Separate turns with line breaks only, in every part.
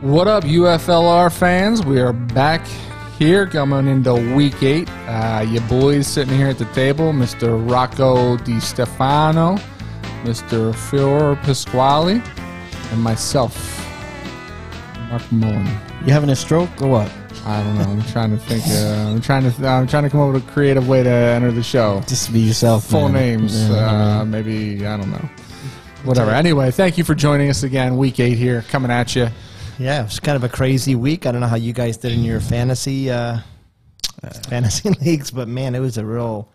What up, UFLR fans? We are back here coming into week eight. Uh, your boys sitting here at the table Mr. Rocco Di Stefano, Mr. Fior Pasquale, and myself, Mark Mullen.
You having a stroke or what?
I don't know. I'm trying to think. Uh, I'm trying to. I'm trying to come up with a creative way to enter the show.
Just be yourself.
Full
man.
names,
Yeah,
uh, maybe I don't know. Whatever. Anyway, thank you for joining us again. Week eight here, coming at you.
yeah, it was kind of a crazy week. I don't know how you guys did in your fantasy uh, fantasy leagues, but man, it was a real.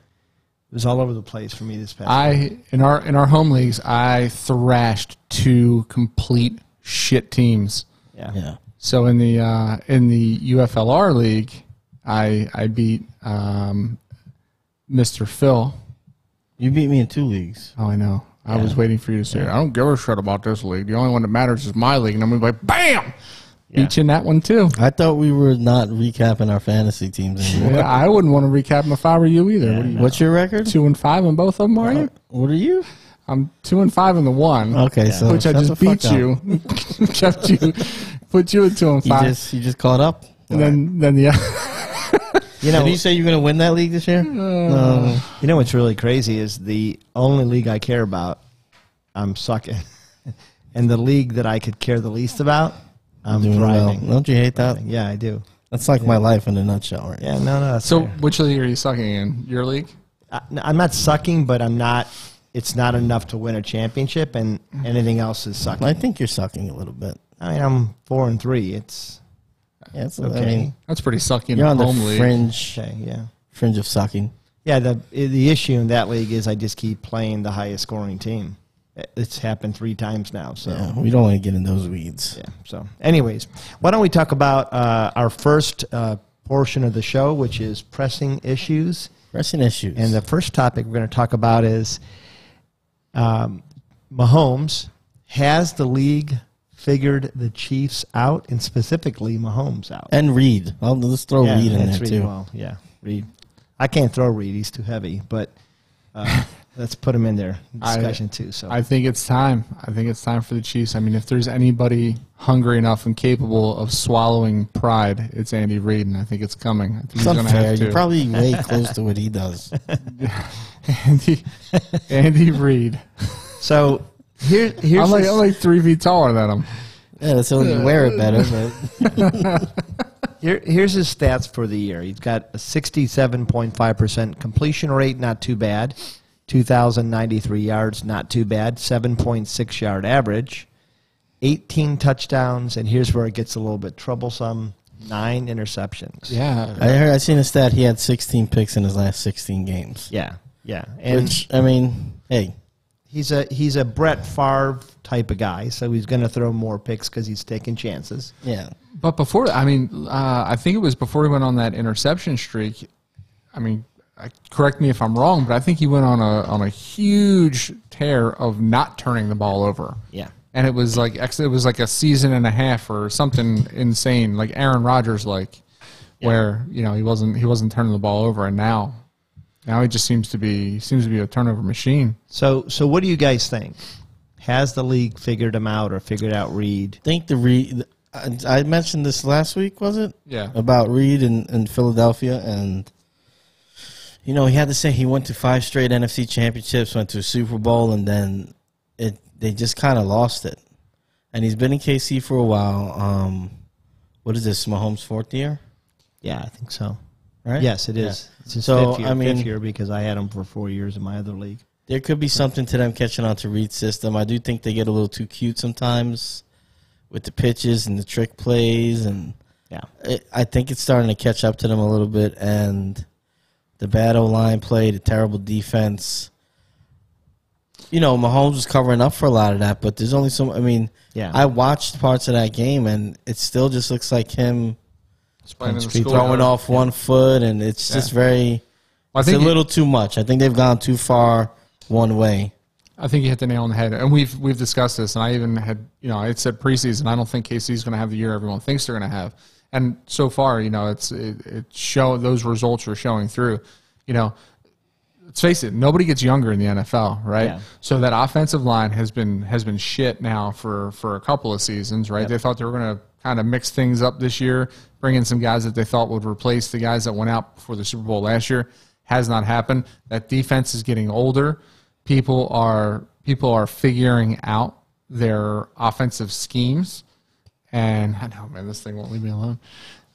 It was all over the place for me this past.
I in our in our home leagues, I thrashed two complete shit teams.
yeah.
Yeah.
So in the uh, in the UFLR league, I I beat um, Mr. Phil.
You beat me in two leagues.
Oh, I know. I was waiting for you to say, it. I don't give a shit about this league. The only one that matters is my league. And I'm going to be like, bam! Beat you in that one, too.
I thought we were not recapping our fantasy teams anymore.
Yeah, I wouldn't want to recap them if I were you either. What are you,
What's your record?
Two and five on both of them, are you?
What are you?
I'm two and five in the one.
Okay, so
which I
shut the
just
fuck
beat
up.
you, kept you, put you at two and
You
five,
just you just caught up.
and then then the
You know,
Did you Uh, say you were going to win that league this year? no.
you know what's really crazy is the only league I care about, I'm sucking, and the league that I could care the least about, I'm
Doing well.
thriving.
Don't you hate that?
Yeah, I do.
That's like my life in a nutshell. Right?
Yeah, no, no. that's
so
fair.
which league are you sucking in? Your league?
I, I'm not sucking, but I'm not. It's not enough to win a championship, and anything else is sucking.
I think you're sucking a little bit.
I mean, I'm four and three. It's
Yeah, it's
okay.
I mean,
That's pretty sucky in
you're
the
on the
home league.
fringe
okay, yeah,
fringe of sucking.
yeah. The the issue in that league is I just keep playing the highest scoring team. It's happened three times now. So
Yeah,
yeah.
we don't want to get in those weeds.
So, anyways, why don't we talk about uh, our first uh, portion of the show, which is pressing issues.
Pressing issues.
And the first topic we're going to talk about is um, Mahomes. Has the league figured the Chiefs out, and specifically Mahomes out?
and Reed. I'll, let's throw Reed in there
that's Reed
too.
Well, yeah, Reed. I can't throw Reed; he's too heavy. But uh, let's put him in there.
I-
Discussion too. So
I think it's time. I think it's time for the Chiefs. I mean, if there's anybody hungry enough and capable of swallowing pride, it's Andy Reid, and I think it's coming. I think he's
It's
going to
unfair.
have
You're
to.
probably way close to what he does.
Andy, Andy Reed.
so here, here's
I'm like, oh,
this-
I'm like three feet taller than him.
Yeah, that's how you wear it better. But
Here, here's his stats for the year. He's got a 67.5% completion rate, not too bad. 2,093 yards, not too bad. 7.6 yard average. 18 touchdowns, and here's where it gets a little bit troublesome nine interceptions.
Yeah,
I heard I seen a stat. He had 16 picks in his last 16 games.
Yeah. Yeah. And
which I mean, hey,
he's a he's a Brett Favre type of guy, so he's going to throw more picks because he's taking chances.
yeah,
But before, I mean, uh, I think it was before he went on that interception streak. I mean, I- correct me if I'm wrong, but I think he went on a on a huge tear of not turning the ball over.
Yeah.
and it was like ex- it was like a season and a half or something insane, like Aaron Rodgers, like where you know he wasn't he wasn't turning the ball over, and now now he just seems to be seems to be a turnover machine.
So, so what do you guys think? Has the league figured him out or figured out Reed?
think the Reed. I, I mentioned this last week, was it?
Yeah.
About Reed in, in Philadelphia, and you know he had to say he went to five straight NFC championships, went to a Super Bowl, and then it they just kind of lost it. And he's been in KC for a while. Um, what is this? Mahomes' fourth year,
Yeah, I think so.
right?
Yes, it is. It's his
So,
fifth year,
I mean-
fifth year because I had him for four years in my other league.
there could be something to them catching on to Reed's system. I do think they get a little too cute sometimes with the pitches and the trick plays, and
Yeah.
it, I think it's starting to catch up to them a little bit. And the bad O line play, the terrible defense. You know, Mahomes was covering up for a lot of that, but there's only so. I mean,
Yeah.
I watched parts of that game, and it still just looks like him throwing off one foot, and it's just very.
I
It's
think
a little too much. I think they've gone too far one way.
I think you hit the nail on the head, and we've we've discussed this. And I even had you know I had said preseason. I don't think KC's going to have the year everyone thinks they're going to have. And so far, you know, it's it, it show those results are showing through. You know, let's face it, nobody gets younger in the NFL, right?
Yeah.
So that offensive line has been has been shit now for for a couple of seasons, right? They thought they were going to kind of mix things up this year, bring in some guys that they thought would replace the guys that went out before the Super Bowl last year. Has not happened. That defense is getting older. People are people are figuring out their offensive schemes, and I know, man, this thing won't leave me alone.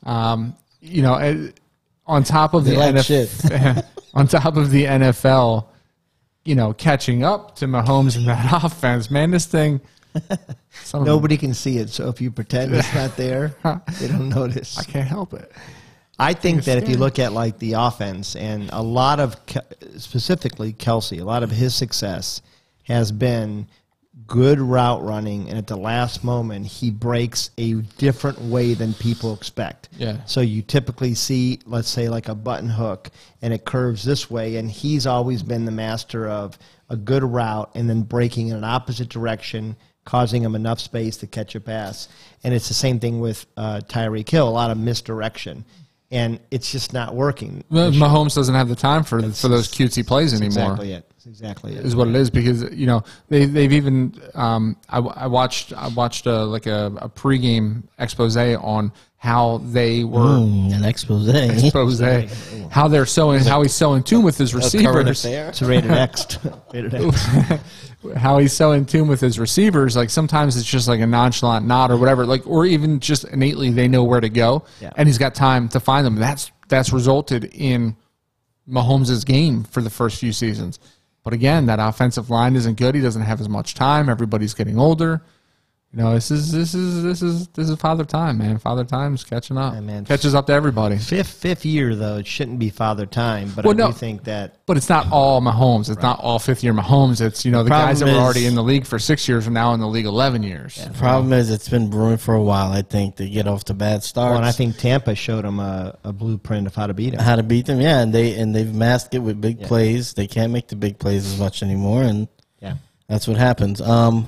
Um, you know, and on top of the
like
NF
shit.
on top of the NFL, you know, catching up to Mahomes and that offense, man, this thing. Some of
Nobody can see it, so if you pretend it's not there, they don't notice.
them can't help it.
I think that if you look at like the offense and a lot of Ke- specifically Kelsey, a lot of his success has been good route running, and at the last moment he breaks a different way than people expect.
Yeah.
So you typically see, let's say, like a button hook, and it curves this way, and he's always been the master of a good route and then breaking in an opposite direction, causing him enough space to catch a pass. And it's the same thing with uh, Tyreek Hill, a lot of misdirection, and it's just not working.
Well, Mahomes doesn't have the time for for those cutesy plays
That's
anymore.
Exactly it. That's exactly it.
Is what it is because you know they they've even um, I, w- I watched I watched a, like a, a pregame expose on how they were
Mm, an expose. That's
expose how they're so in, how he's so in tune with his
current
receivers.
affair.
It's rated X. rated X.
how he's so in tune with his receivers. Like sometimes it's just like a nonchalant nod or whatever. Like or even just innately they know where to go,
Yeah.
and he's got time to find them. That's that's resulted in Mahomes' game for the first few seasons. But again, that offensive line isn't good. He doesn't have as much time. Everybody's getting older. You know, this is this is this is this is father time, man. Father time's catching up.
Hey, man.
Catches up to everybody.
Fifth fifth year though, it shouldn't be father time, but
Well,
I
no.
do think that
But it's not all Mahomes. It's not all fifth year Mahomes. It's you know the
Problem
guys that were
is-
already in the league for six years are now in the league eleven years.
The problem is it's been brewing for a while. I think they get off the bad start.
well, and I think Tampa showed him a, a blueprint of how to
Uh-huh.
beat him.
how to beat them. Yeah, and they and they've masked it with big plays. They can't make the big plays as much anymore, and
Yeah.
that's what happens. Um,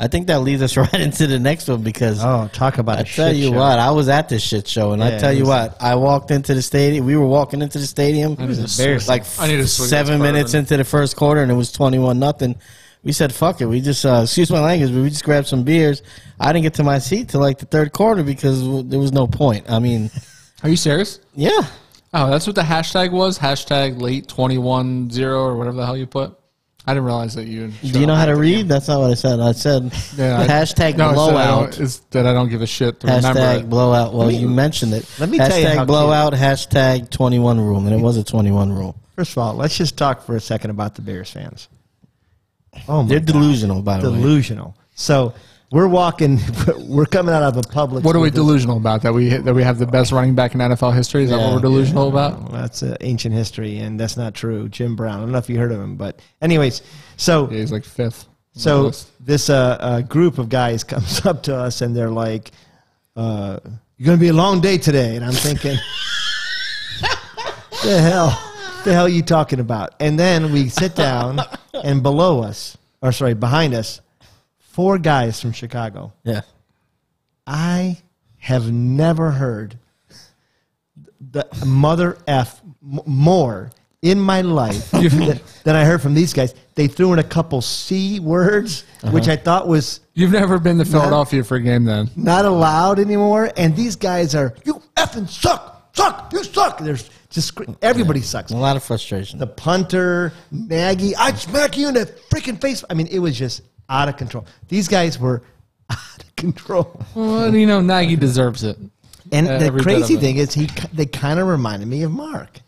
I think that leads us right into the next one because
Oh, talk about
I
a
tell
shit
you
show.
what, I was at this shit show, and
Yeah,
I tell
it
you
was-
what, I walked into the stadium. We were walking into the stadium. It
was embarrassing.
Like
I need a swig of
seven
bourbon.
minutes into the first quarter, and it was twenty-one nothing. We said, "Fuck it." We just uh, excuse my language, but we just grabbed some beers. I didn't get to my seat till like the third quarter because w- there was no point. I mean,
Are you serious?
yeah,
Oh, that's what the hashtag was. Hashtag late twenty one zero or whatever the hell you put. I didn't realize that you.
Do you know how to read? That's not what I said. I said
Yeah, I-
hashtag
No, it's that I don't-
blowout.
It's that I don't give a shit to remember.
Hashtag
It.
blowout. Well, you mentioned it.
let me
hashtag
tell you how
blowout. Hashtag twenty one room, and it was a twenty one room.
First of all, let's just talk for a second about the Bears fans. Oh my
They're delusional, by the way.
delusional. So we're walking we're coming out of a public
What are we delusional about? That we that we have the best running back in NFL history? Is that
Yeah.
what we're delusional about?
that's uh, ancient history and that's not true. Jim Brown. I don't know if you heard of him, but anyways, so
Yeah, he's like fifth. on the
So
list.
this uh, uh, group of guys comes up to us and they're like, uh, "You're gonna be a long day today," and I'm thinking, "The hell, the hell are you talking about?" And then we sit down, and below us, or sorry, behind us, four guys from Chicago.
Yeah.
I have never heard the mother f m- more in my life than, than I heard from these guys. They threw in a couple c words, which I thought was
you've never been to Philadelphia for a game, then?
not allowed anymore. And these guys are you effing suck, suck, you suck. There's just scre- everybody sucks.
A lot of frustration.
The punter, Nagy, I'd smack you in the freaking face. I mean, it was just out of control. These guys were out of control.
Well, you know, Nagy deserves it.
And
Uh,
the
every bit
crazy
of it.
thing is, he ki- they kind of reminded me of Mark.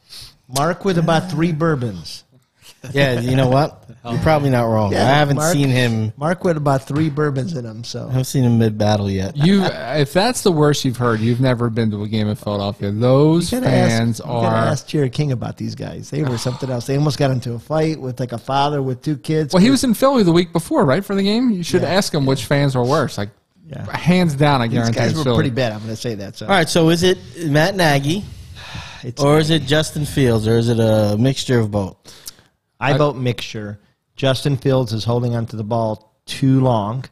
Mark with about three bourbons.
yeah, Uh, you know what? You're probably not wrong. I haven't
Mark-
seen him.
Mark with about three bourbons in him.
I
So
haven't seen him mid battle yet.
You, if that's the worst you've heard, you've never been to a game in Philadelphia. Those
You gotta
fans
ask, you
are.
gotta ask Jared King about these guys. They were something else. They almost got into a fight with like a father with two kids.
Well, he was in Philly the week before, right, for the game. You should ask him which fans were worse. Like,
Yeah.
hands down, I
these
guarantee.
guys
it's
were
Philly.
pretty bad. I'm going to say that. So
All right, so is it Matt Nagy
it's,
or is it Justin Fields or is it a mixture of both?
I vote mixture Justin Fields is holding onto the ball too long.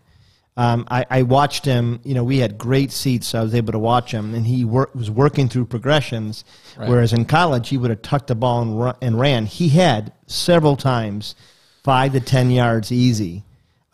Um, I, I watched him. You know, we had great seats, so I was able to watch him, and he wor- was working through progressions.
Right.
Whereas in college, he would have tucked the ball and, ru- and ran. He had several times five to ten yards easy,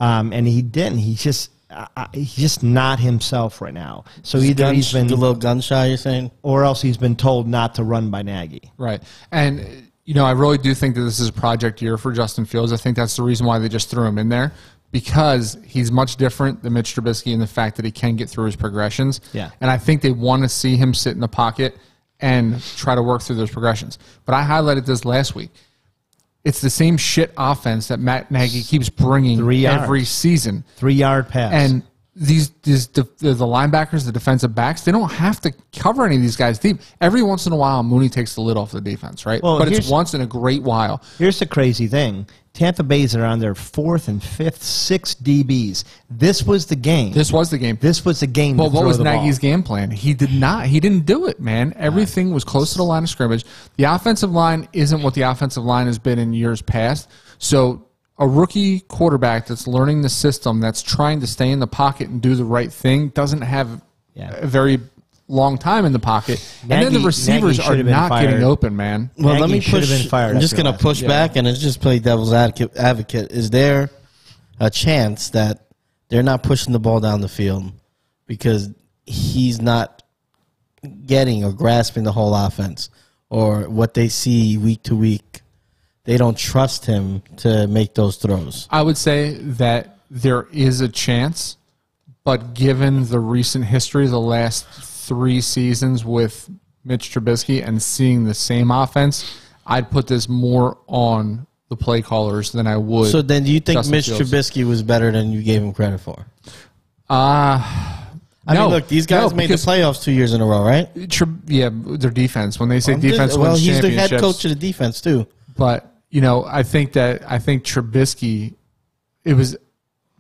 um, and he didn't. He just I, I, he's just not himself right now. So either
Gun-
he's been
a little gun shy. You're saying?
or else he's been told not to run by Nagy.
Right. And, uh, you know, I really do think that this is a project year for Justin Fields. I think that's the reason why they just threw him in there because he's much different than Mitch Trubisky in the fact that he can get through his progressions.
Yeah.
And I think they want to see him sit in the pocket and try to work through those progressions. But I highlighted this last week. It's the same shit offense that Matt Nagy keeps bringing
Three yards.
every season.
Three yard pass.
And these these the, the linebackers, the defensive backs, they don't have to cover any of these guys deep. Every once in a while, Mooney takes the lid off the defense, right?
Well,
but it's
here's-
once in a great while.
Here's the crazy thing. Tampa Bay's are on their fourth and fifth, six DBs. This was the game.
This was the game.
This was the game.
Well,
to
what
throw
was
the ball.
Nagy's game plan? He did not. He didn't do it, man. Everything was close to the line of scrimmage. The offensive line isn't what the offensive line has been in years past. So a rookie quarterback that's learning the system, that's trying to stay in the pocket and do the right thing, doesn't have
Yeah.
a very long time in the pocket. and then
Nagy-
the receivers
Nagy
are
should have been
not getting
fired.
open, man.
Well, let
Nagy
me
should have
push.
been fired
I'm just
after
going to
last
push
year.
back and let's just play devil's advocate. Advocate is there a chance that they're not pushing the ball down the field because he's not getting or grasping the whole offense or what they see week to week? They don't trust him to make those throws.
I would say that there is a chance, but given the recent history of the last three seasons with Mitch Trubisky and seeing the same offense, I'd put this more on the play callers than I would.
So then, do you think
Justin
Mitch
Fields.
Trubisky was better than you gave him credit for?
uh,
I
No.
mean, look, these guys
No,
made the
because-
playoffs two years in a row, right?
Trub- yeah, their defense. When they say defense
well,
wins
he's the
championships,
head coach of the defense too.
But you know, I think that I think Trubisky, it was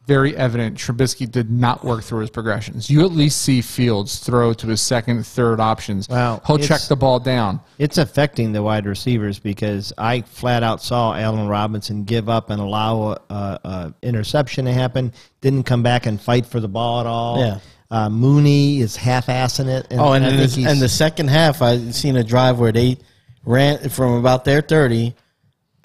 very evident Trubisky did not work through his progressions. You at least see Fields throw to his second, third options.
Wow.
he'll check
It's-
the ball down.
It's affecting the wide receivers because I flat out saw Allen Robinson give up and allow a, a, a interception to happen. Didn't come back and fight for the ball at all.
Yeah.
Uh, Mooney is half-assing it.
Oh, and
I
and,
think
the,
he's-
and the second half, I seen a drive where they ran from about their thirty.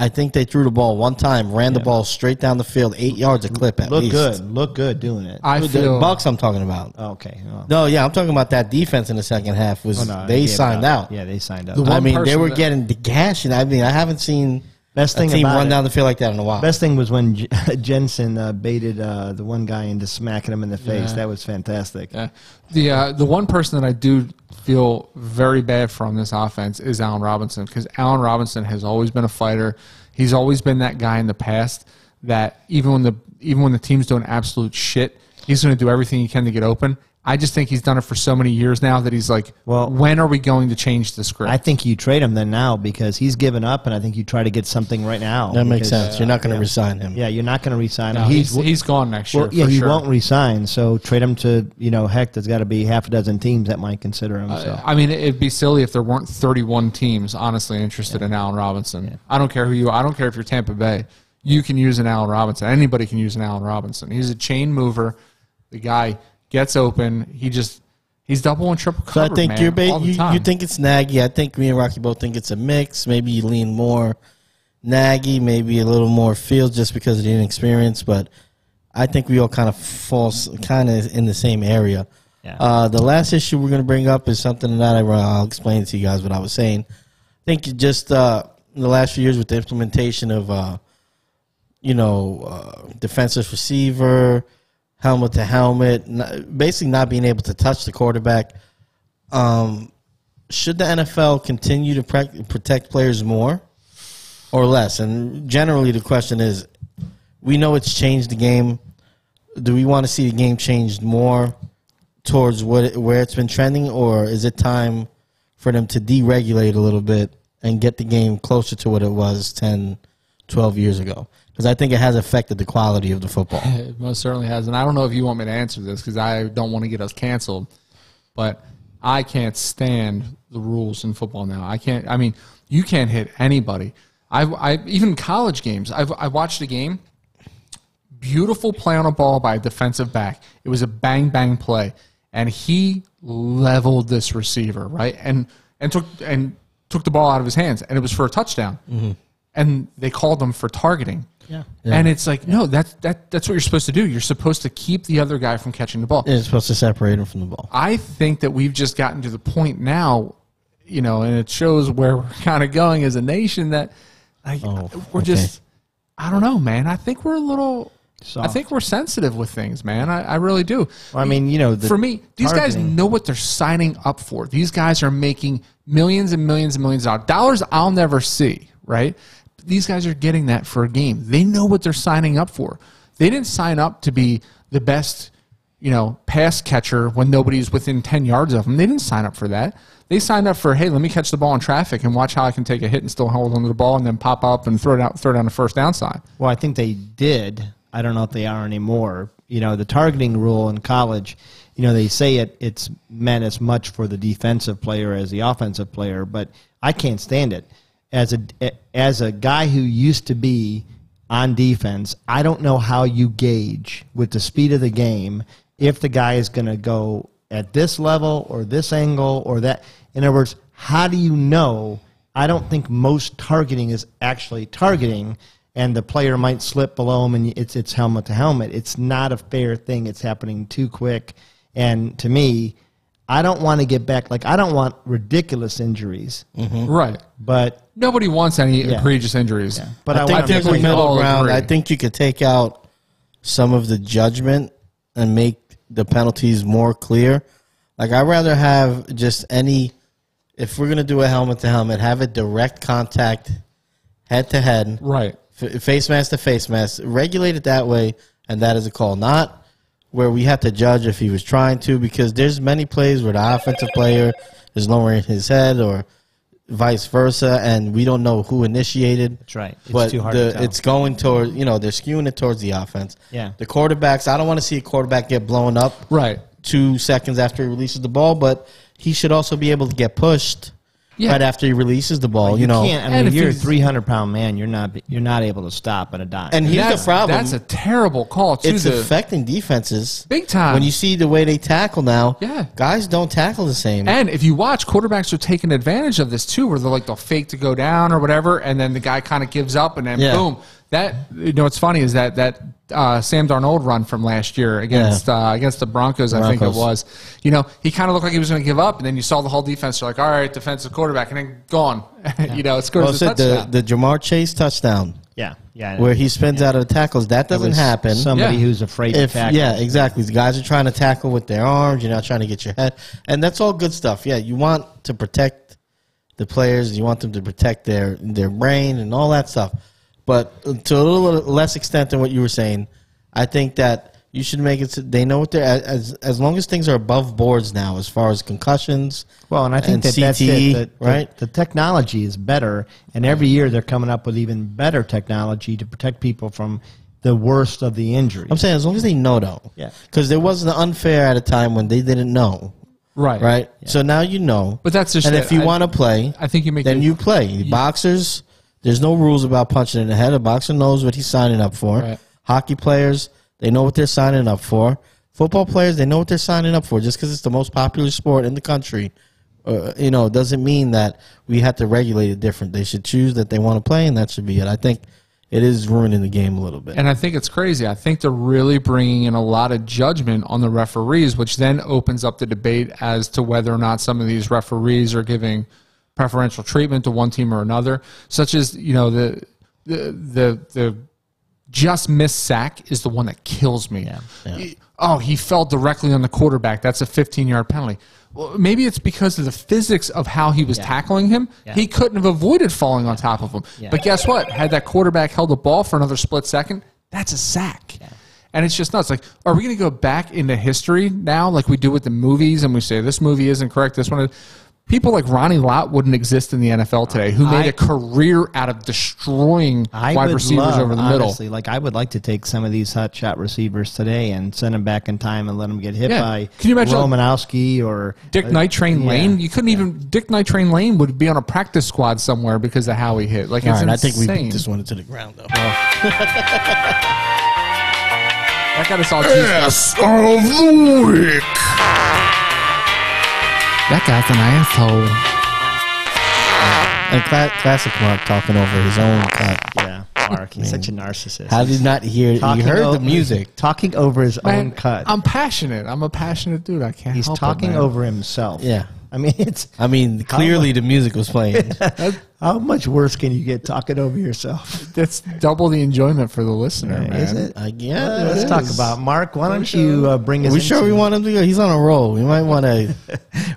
I think they threw the ball one time, ran the ball straight down the field, eight yards a clip at
look
least.
good. Look good doing it.
I
The
feel
Bucks, I'm talking about.
okay. oh.
No, yeah, I'm talking about that defense in the second half. Was
No,
they
gave it
signed
up.
out?
Yeah, they signed up.
The
I
One
mean, they
person
were
that-
getting the gash, and I mean, I haven't seen
Best
a
thing
team
about
run
it-
down the field like that in a while.
Best thing was when J- Jensen uh, baited uh, the one guy into smacking him in the face.
Yeah.
That was fantastic.
Yeah. The uh, the one person that I do feel very bad from this offense is Allen Robinson because Allen Robinson has always been a fighter. He's always been that guy in the past that even when the even when the team's doing absolute shit, he's going to do everything he can to get open. I just think he's done it for so many years now that he's like,
Well-
well, when are we going to change the script?
I think you trade him then now because he's given up, and I think you try to get something right now.
that makes
because-
sense. You're not going to resign him.
Yeah, you're not going to resign
No,
him.
he's, he's gone next year.
well, yeah,
for
he
sure.
won't resign. So trade him to you know heck. There's got to be half a dozen teams that might consider him. so
I mean, it'd be silly if there weren't 31 teams honestly interested in Allen Robinson. I don't care who you. I don't care if you're Tampa Bay. You can use an Allen Robinson. Anybody can use an Allen Robinson. He's a chain mover. The guy gets open. He just he's double and triple
So I
covered.
think
man,
you're
all
ba-
the
you,
time.
you think it's Nagy. I think me and Rocky both think it's a mix. Maybe you lean more Nagy, maybe a little more Fields just because of the inexperience. But I think we all kind of fall kind of in the same area.
Yeah.
Uh, the last issue we're going to bring up is something that I, I'll explain to you guys what I was saying. I think it just uh, in the last few years with the implementation of uh, you know, uh, defensive receiver, helmet to helmet, n- basically not being able to touch the quarterback. Um, should the NFL continue to prac- protect players more or less? And generally, the question is we know it's changed the game. Do we want to see the game changed more towards what it, where it's been trending, or is it time for them to deregulate a little bit and get the game closer to what it was 10, 12 years ago? Because I think it has affected the quality of the football.
It most certainly has. And I don't know if you want me to answer this because I don't want to get us canceled, but I can't stand the rules in football now. I can't. I mean, you can't hit anybody. I, I even college games. I've, I watched a game. Beautiful play on a ball by a defensive back. It was a bang bang play, and he leveled this receiver right and and took and took the ball out of his hands, and it was for a touchdown. And they called them for targeting. Yeah. And it's like, no, that's that that's what you're supposed to do. You're supposed to keep the other guy from catching the ball.
It's supposed to separate him from the ball.
I think that we've just gotten to the point now, you know, and it shows where we're kind of going as a nation that like we're just I don't know, man. I think we're a little I
Soft.
think we're sensitive with things, man. I, I really do.
I mean, you know, the
for me, these guys
targeting-
know what they're signing up for. These guys are making millions and millions and millions of dollars I'll never see, right? But these guys are getting that for a game. They know what they're signing up for. They didn't sign up to be the best, you know, pass catcher when nobody's within 10 yards of them. They didn't sign up for that. They signed up for, hey, let me catch the ball in traffic and watch how I can take a hit and still hold onto the ball and then pop up and throw it out, throw down the first down sign.
Well, I think they did. I don't know if they are anymore. You know, the targeting rule in college, you know, they say it it's meant as much for the defensive player as the offensive player, but I can't stand it. As a as a guy who used to be on defense, I don't know how you gauge with the speed of the game if the guy is going to go at this level or this angle or that. In other words, how do you know? I don't think most targeting is actually targeting, and the player might slip below him, and it's it's helmet to helmet. It's not a fair thing. It's happening too quick, and to me, I don't want to get back. Like I don't want ridiculous injuries,
Mm-hmm.
Right.
but
Nobody wants any egregious injuries.
but I,
I think
want
there's
we
a
can all
middle ground.
agree.
I think you could take out some of the judgment and make the penalties more clear. Like I'd rather have just any. If we're gonna do a helmet to helmet, have it direct contact, head to head,
Right.
f- face mask to face mask. Regulate it that way, and that is a call, not where we have to judge if he was trying to. Because there's many plays where the offensive player is lowering his head or vice versa, and we don't know who initiated.
That's right. It's
but
too hard
the,
to tell.
it's going toward you know they're skewing it towards the offense.
Yeah.
the quarterbacks. I don't want to see a quarterback get blown up
Right.
two seconds after he releases the ball, but he should also be able to get pushed
Yeah.
right after he releases the ball. you, know,
can't, I mean,
and if
you're a
he's-
three hundred pound man. You're not you're not able to stop at a dime.
and here's the problem.
That's a terrible call too.
it's
the,
affecting defenses
Big time.
When you see the way they tackle now,
Yeah.
guys don't tackle the same.
and if you watch, quarterbacks are taking advantage of this too, where they're like they'll fake to go down or whatever, and then the guy kind of gives up, and then
Yeah.
boom. That you know, what's funny is that that uh, Sam Darnold run from last year against uh, against the Broncos, I think it
Broncos.
was. You know, he kind of looked like he was going to give up, and then you saw the whole defense. They're like, "All right, defensive quarterback," and then gone. you know, it scores
Well,
a
so the
touchdown.
the Jamar Chase touchdown
yeah, yeah.
where he spins out of the tackles that
It
doesn't
was
happen.
Somebody
Yeah.
who's afraid
if
to tackle.
yeah, exactly. The guys are trying to tackle with their arms. You're not trying to get your head, and that's all good stuff. Yeah, you want to protect the players. You want them to protect their their brain and all that stuff. But to a little less extent than what you were saying, I think that you should make it. So they know what they're as as long as things are above boards now, as far as concussions.
Well, and I think that that's
CTE,
E,
it. that- that
right?
The, technology is better, and every year they're coming up with even better technology to protect people from the worst of the injuries.
I'm saying as long as they know though.
Yeah.
Because there was an unfair at a time when they didn't know.
right,
Right. So now you know.
But that's just
and
it.
if you
I-
want to play,
I think you make
then
a-
you play. Boxers, there's no rules about punching in the head. A boxer knows what he's signing up for.
Right.
Hockey players, they know what they're signing up for. Football players, they know what they're signing up for. Just because it's the most popular sport in the country, uh, you know, doesn't mean that we have to regulate it different. They should choose that they want to play, and that should be it. I think it is ruining the game a little bit.
And I think it's crazy. I think they're really bringing in a lot of judgment on the referees, which then opens up the debate as to whether or not some of these referees are giving preferential treatment to one team or another, such as you know the the the, the just miss sack is the one that kills me. He- Oh, he fell directly on the quarterback. That's a 15 yard penalty. Well, maybe it's because of the physics of how he was tackling him. He couldn't have avoided falling on top of him. But guess what? Had that quarterback held the ball for another split second, that's a sack. And it's just nuts. Like, are we going to go back into history now, like we do with the movies, and we say this movie isn't correct, this one? Is? people like Ronnie Lott wouldn't exist in the NFL today, who made
I-
a career out of destroying
I
wide
would
receivers
love,
over the
honestly,
middle.
Like I would like to take some of these hot shot receivers today and send them back in time and let them get hit
Yeah.
by
Can you imagine-
Romanowski or
Dick
uh,
Night Train
yeah.
Lane, you couldn't even Dick Night Train Lane would be on a practice squad somewhere because of how he hit. Like it's
All right,
insane.
I think we beat this one into the ground though.
That got us all juiced up.
of the week.
That guy's an asshole.
And cla- classic Mark talking over his own. Clap.
Yeah, Mark, he's such a narcissist.
How did not hear?
Talking
you heard
over-
the music.
talking over his own
Man,
cut.
I'm passionate. I'm a passionate dude. I can't.
he's
help it,
talking
man.
over himself.
Yeah.
I mean it's
I mean, clearly the music was playing.
how much worse can you get talking over yourself?
That's double the enjoyment for the listener, man.
Is it?
I guess.
Let's talk about Mark. Why don't you uh, bring us?
we sure
into-
we want him to go? He's on a roll. We might want to.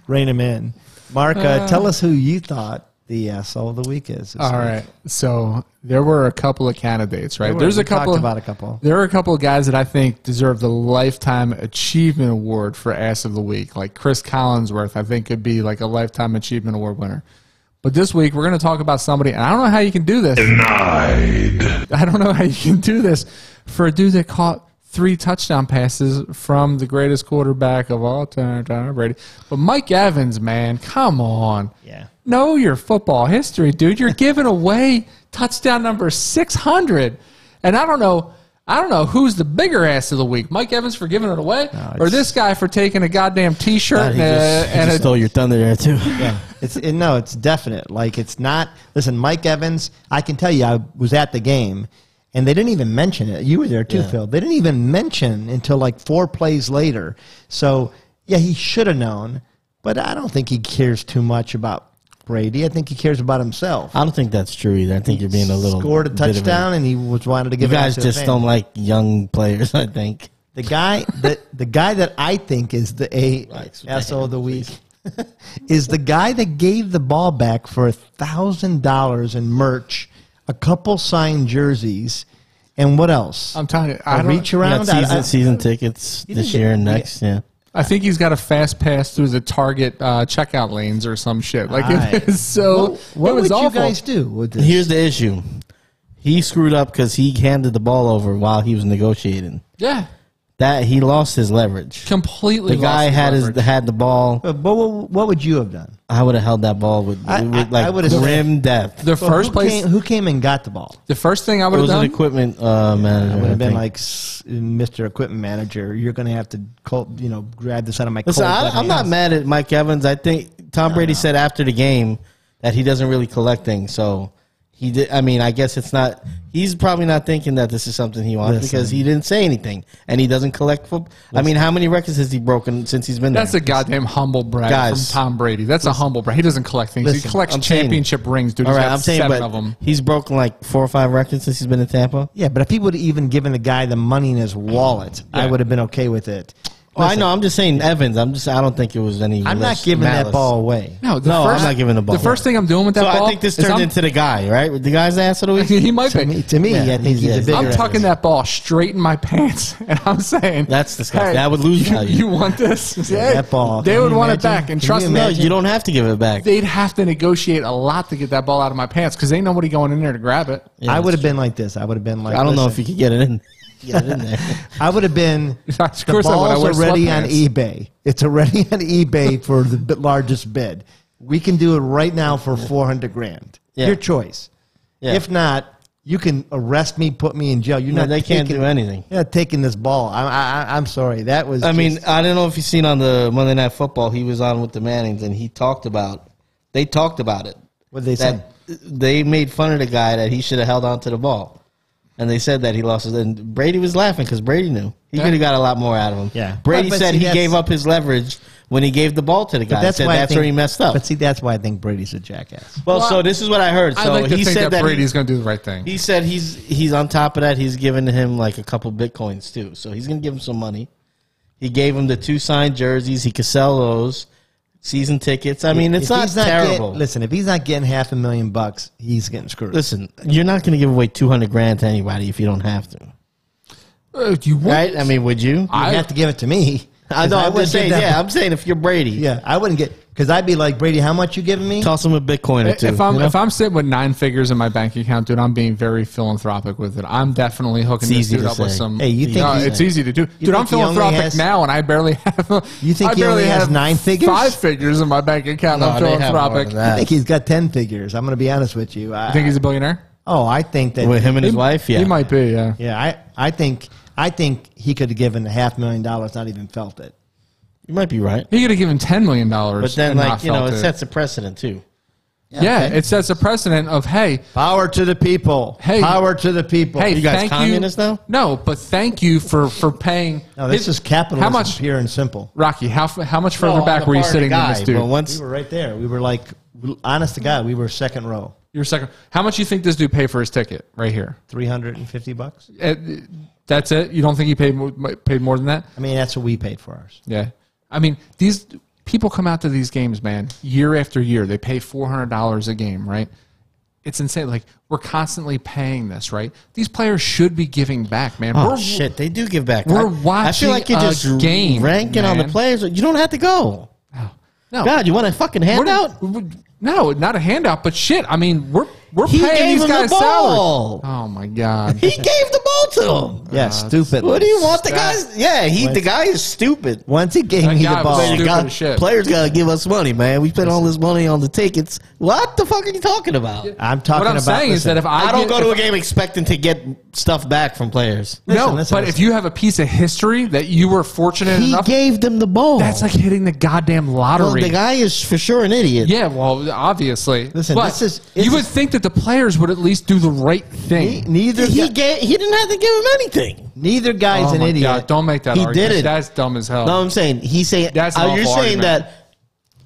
rein him in. Mark, uh, tell us who you thought the asshole of the week is. this
All
week.
right. So there were a couple of candidates, right?
were.
There's
We
a couple
talked
of-
about a couple.
There are a couple of guys that I think deserve the lifetime achievement award for ass of the week. Like Chris Collinsworth, I think could be like a lifetime achievement award winner. But this week we're going to talk about somebody, and I don't know how you can do this.
Denied.
I don't know how you can do this for a dude that caught three touchdown passes from the greatest quarterback of all time, Tom Brady. But Mike Evans, man, come on.
Yeah.
Know your football history, dude. You're giving away touchdown number 600. And I don't know. I don't know who's the bigger ass of the week, Mike Evans for giving it away, or
it's-
this guy for taking a goddamn T-shirt
God,
and,
he just,
a,
he
and
just
a
stole your thunder there too. Yeah.
It's it, no, it's definite. Like it's not. Listen, Mike Evans. I can tell you, I was at the game, and they didn't even mention it. You were there too,
Yeah.
Phil. They didn't even mention until like four plays later. So yeah, he should have known, but I don't think he cares too much about Brady. I think he cares about himself.
I don't think that's true either. I think you're being a little
Scored a
bit of
touchdown, and he was wanted to
You
give. it out
guys
to the
just
fans.
don't like young players. I think.
The guy that the guy that I think is the a
Relax with the
asshole of the week is the guy that gave the ball back for a thousand dollars in merch, a couple signed jerseys, and what else?
I'm telling you,
A
I don't,
reach
You got
around. I-
season
I-
season tickets
You
this
think it-
year and next. Yeah.
I think he's got a fast pass through the Target uh, checkout lanes or some shit. Like
Aye.
it was so.
what what
it was
would
awful.
you guys do with this?
Here's the issue. He screwed up because he handed the ball over while he was negotiating.
yeah,
That he lost his leverage.
completely.
The guy
lost
had
leverage.
his had the ball.
but what, what- what would you have done?
I would have held that ball with,
I-
with
I- I
like
would've-
rim depth.
the
Well,
first
who
place.
came, who came and got the ball?
the first thing I
It
would have
was an
done.
equipment uh, manager.
I would
I
have been
think.
like "S- Mr. Equipment Manager. You're going to have to, call, you know, grab this out of my.
Listen,
cold
I,
dead
I'm not
hands."
mad at Mike Evans. I think Tom Brady said after the game that he doesn't really collect things. So he did. I mean, I guess it's not. He's probably not thinking that this is something he wants because he didn't say anything and he doesn't collect football. I mean, how many records has he broken since he's been
that's
there?
a goddamn humble brag
Guys.
from Tom Brady. That's a humble brag. He doesn't collect things. he
Listen,
collects
I'm saying-
championship rings, dude.
All
He's
right,
got
I'm saying,
seven
but
of them.
he's broken like four or five records since he's been in Tampa.
Yeah, but if he would have even given the guy the money in his wallet, I
Yeah.
would have been okay with it.
Oh, I know. I'm just saying Evans. I'm just. I don't think it was any.
I'm
less
not giving that
malice.
ball away.
No, the
No,
1st
I'm not giving the ball.
The first thing I'm doing with
So
that ball.
I think this
is
turned
I'm-
into the guy, right? The guy's ass of the week.
he might
To me,
be.
to me
Yeah,
I think he's,
he's-
a
I'm
bigger.
I'm
asshole.
tucking that ball straight in my pants, and I'm saying
That's disgusting.
Hey,
That would lose
you,
value.
you want this? Yeah,
that ball.
They
Can
would
you
want it
imagine?
back, and
Can
trust
you
me,
No,
Imagine-
you don't have to give it back.
they'd have to negotiate a lot to get that ball out of my pants because they ain't nobody going in there to grab it.
I would have been like this. I would have been like.
I don't know if
listen,
you could get it in. Get it in there.
I would have been.
Of
The
course I would. I
ball's
wear
already on
sweatpants.
eBay. It's already on eBay for the b- largest bid. We can do it right now for four hundred grand.
Yeah.
Your choice.
Yeah.
If not, you can arrest me, put me in jail. You're
No,
not.
they can't
taking-
do anything.
You're not taking this ball. I, I, I- I'm sorry. That was.
I mean,
just-
I don't know if you've seen on the Monday Night Football, he was on with the Mannings and he talked about, they talked about it.
what did they say?
That they made fun of the guy that he should have held on to the ball. And they said that he lost it. And Brady was laughing because Brady knew. He
Yeah.
could have got a lot more out of him.
Yeah.
Brady
But- but
said
see,
he
that's-
gave up his leverage when he gave the ball to the guy. That's, said,
I
that's
think-
where he messed up.
But see, that's why I think Brady's a jackass.
well,
Well,
so this is what I heard. So
I like to
he
think
said
that,
that, he-
Brady's going to do the right thing.
He said he's he's on top of that. He's giving him like a couple bitcoins too, so he's gonna give him some money. He gave him the two signed jerseys. He could sell those season tickets. I mean, it's
If
not,
he's getting-
terrible. listen,
listen, if he's not getting half a million bucks, he's getting screwed.
you're not gonna give away two hundred grand to anybody if you don't have to,
Uh, you want?
right? I mean, would you?
you
I-
have to give it to me.
I know.
I
I'm
wouldn't
just saying.
give that-
Yeah, I'm saying if you're Brady,
yeah, I wouldn't get. Because I'd be like, Brady, how much you giving me?
Toss him a Bitcoin or two.
If I'm
you know?
if I'm sitting with nine figures in my bank account, dude, I'm being very philanthropic with it. I'm definitely hooking
It's
this
easy
dude
to
up with
say.
some.
Hey, you think
No,
he-
it's easy to do, dude?
think
I'm
he only
philanthropic
has-
now, and I barely have.
You think
I
he only
barely
has
have
nine figures?
Five figures in my bank account.
No,
I'm
they have more
philanthropic.
than
You
that.
I think he's got ten figures. I'm going to be honest with you. I,
think he's a billionaire?
oh, I think that.
With him and his wife, yeah.
he might be. Yeah,
Yeah, I, I think I think he could have given a half million dollars, not even felt it.
You might be right.
he could have given ten million dollars,
But then,
and
like
not
you know,
felt
it sets a precedent too.
yeah,
okay.
it sets a precedent of hey,
Power to the people.
Hey.
power to the people.
hey,
you guys
thank
communists
you.
now?
No, but thank you for for paying.
no, this
His-
is capitalism.
How much,
pure and simple?
Rocky? How f- how much further
Well, on
back
the
were you
part of the
sitting than
guy,
this dude?
But
We
once
were right there. We were like, honest to God, we were second row.
Your second. How much you think this dude paid for his ticket right here?
Three hundred and fifty bucks.
Uh, that's it. You don't think he paid more, paid more than that?
I mean, that's what we paid for ours.
Yeah. I mean, these people come out to these games, man, year after year. They pay four hundred dollars a game, right? It's insane. Like we're constantly paying this, right? These players should be giving back, man.
Oh
we're,
shit, they do give back.
we're
I- I
watching
feel like you're
a
just
game,
ranking on the
man.
players. You don't have to go.
No,
God, you want a fucking
we're not-
handout?
we're- no, not a handout, but shit. I mean, we're we're
He
paying
gave
these
him the
guys salaries. Ah,
ball.
Oh my god.
He gave the ball to him.
Yeah, stupid.
What do you want? The
That-
guy's yeah. He the guy is stupid.
Once he gave
That
me
guy
the
was
ball,
stupid.
God,
as shit.
Players gotta give us money, man. We spent all this money on the tickets. What the fuck are you talking about?
I'm talking
what I'm
about.
saying is
listen,
that if I,
I, don't
get-
go
if
to a game expecting to get stuff back from players.
No,
Listen, listen,
but
listen.
if you have a piece of history that you were fortunate
He
enough,
gave them the ball.
that's like hitting the goddamn lottery.
Well, the guy is for sure an idiot.
yeah, well, obviously.
Listen,
But
this is- this
you would
is-
think that the players would at least do the right thing.
ne- neither
He
guy-
gave, he didn't have to give him anything.
neither guy's
oh
an
my
idiot.
God, don't make that
He
argument.
did it.
That's dumb as hell.
No, I'm saying he's saying.
That's an
uh, you're
awful
saying
argument.
that.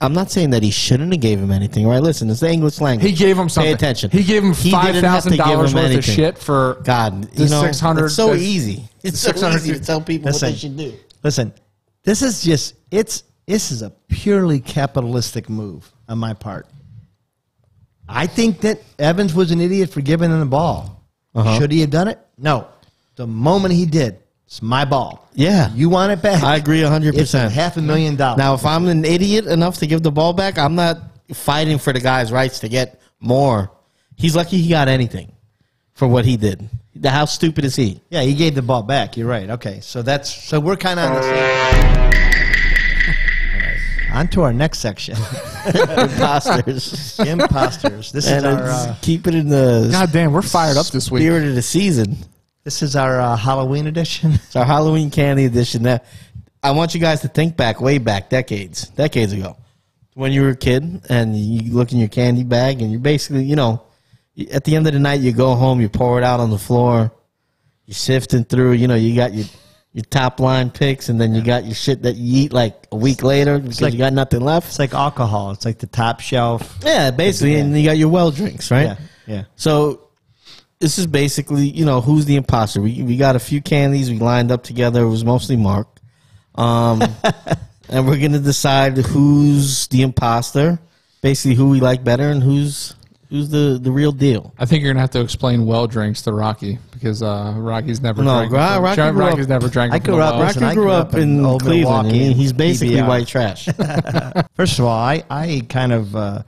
I'm not saying that he shouldn't have gave him anything, right? Listen, it's the English language.
he gave him something.
Pay attention.
He gave him
He didn't have
five
to
thousand
give
dollars
him
worth of
anything.
shit for
God,
The
you know,
600
It's so
that's-
easy. It's so
600
easy to tell people
Listen.
what they should do.
Listen, this is just it's this is a purely capitalistic move on my part. I think that Evans was an idiot for giving him the ball.
Uh-huh.
Should he have done it? No. The moment he did, it's my ball.
Yeah.
You want it back.
I agree 100%.
It's a half a million dollars.
Now, if I'm an idiot enough to give the ball back, I'm not fighting for the guy's rights to get more. He's lucky he got anything for what he did. How stupid is he?
yeah, he gave the ball back. You're right. Okay. So that's so we're kind of on the same. On to our next section.
Imposters.
Imposters. This is
and
our
it's-
uh,
keep it in the
God damn, we're fired up this week.
spirit of the season.
this is our uh, Halloween edition.
It's our Halloween candy edition. That I want you guys to think back, way back, decades, decades ago, when you were a kid and you look in your candy bag and you're basically, you know, at the end of the night you go home, you pour it out on the floor, you're sifting through. You know, you got your your top line picks, and then you got your shit that you eat like a week later because
like-
you got nothing left.
It's like alcohol. It's like the top shelf.
Yeah, basically, and you got your well drinks, right?
Yeah, yeah.
So this is basically, you know, who's the imposter? We we got a few candies we lined up together. It was mostly Mark, um, and we're gonna decide who's the imposter. Basically, who we like better and who's who's the the real deal.
I think you're gonna have to explain well drinks to Rocky because uh, Rocky's never
No,
drank.
Ro-
from-
Rocky
John-
grew up-
Rocky's never drank.
I
from
grew
a
up
well.
Listen,
Rocky
I
grew
Uh, grew
up
up
in,
in old
Cleveland.
Milwaukee,
and he's basically
PBR.
white trash.
First of all, I, I kind of uh,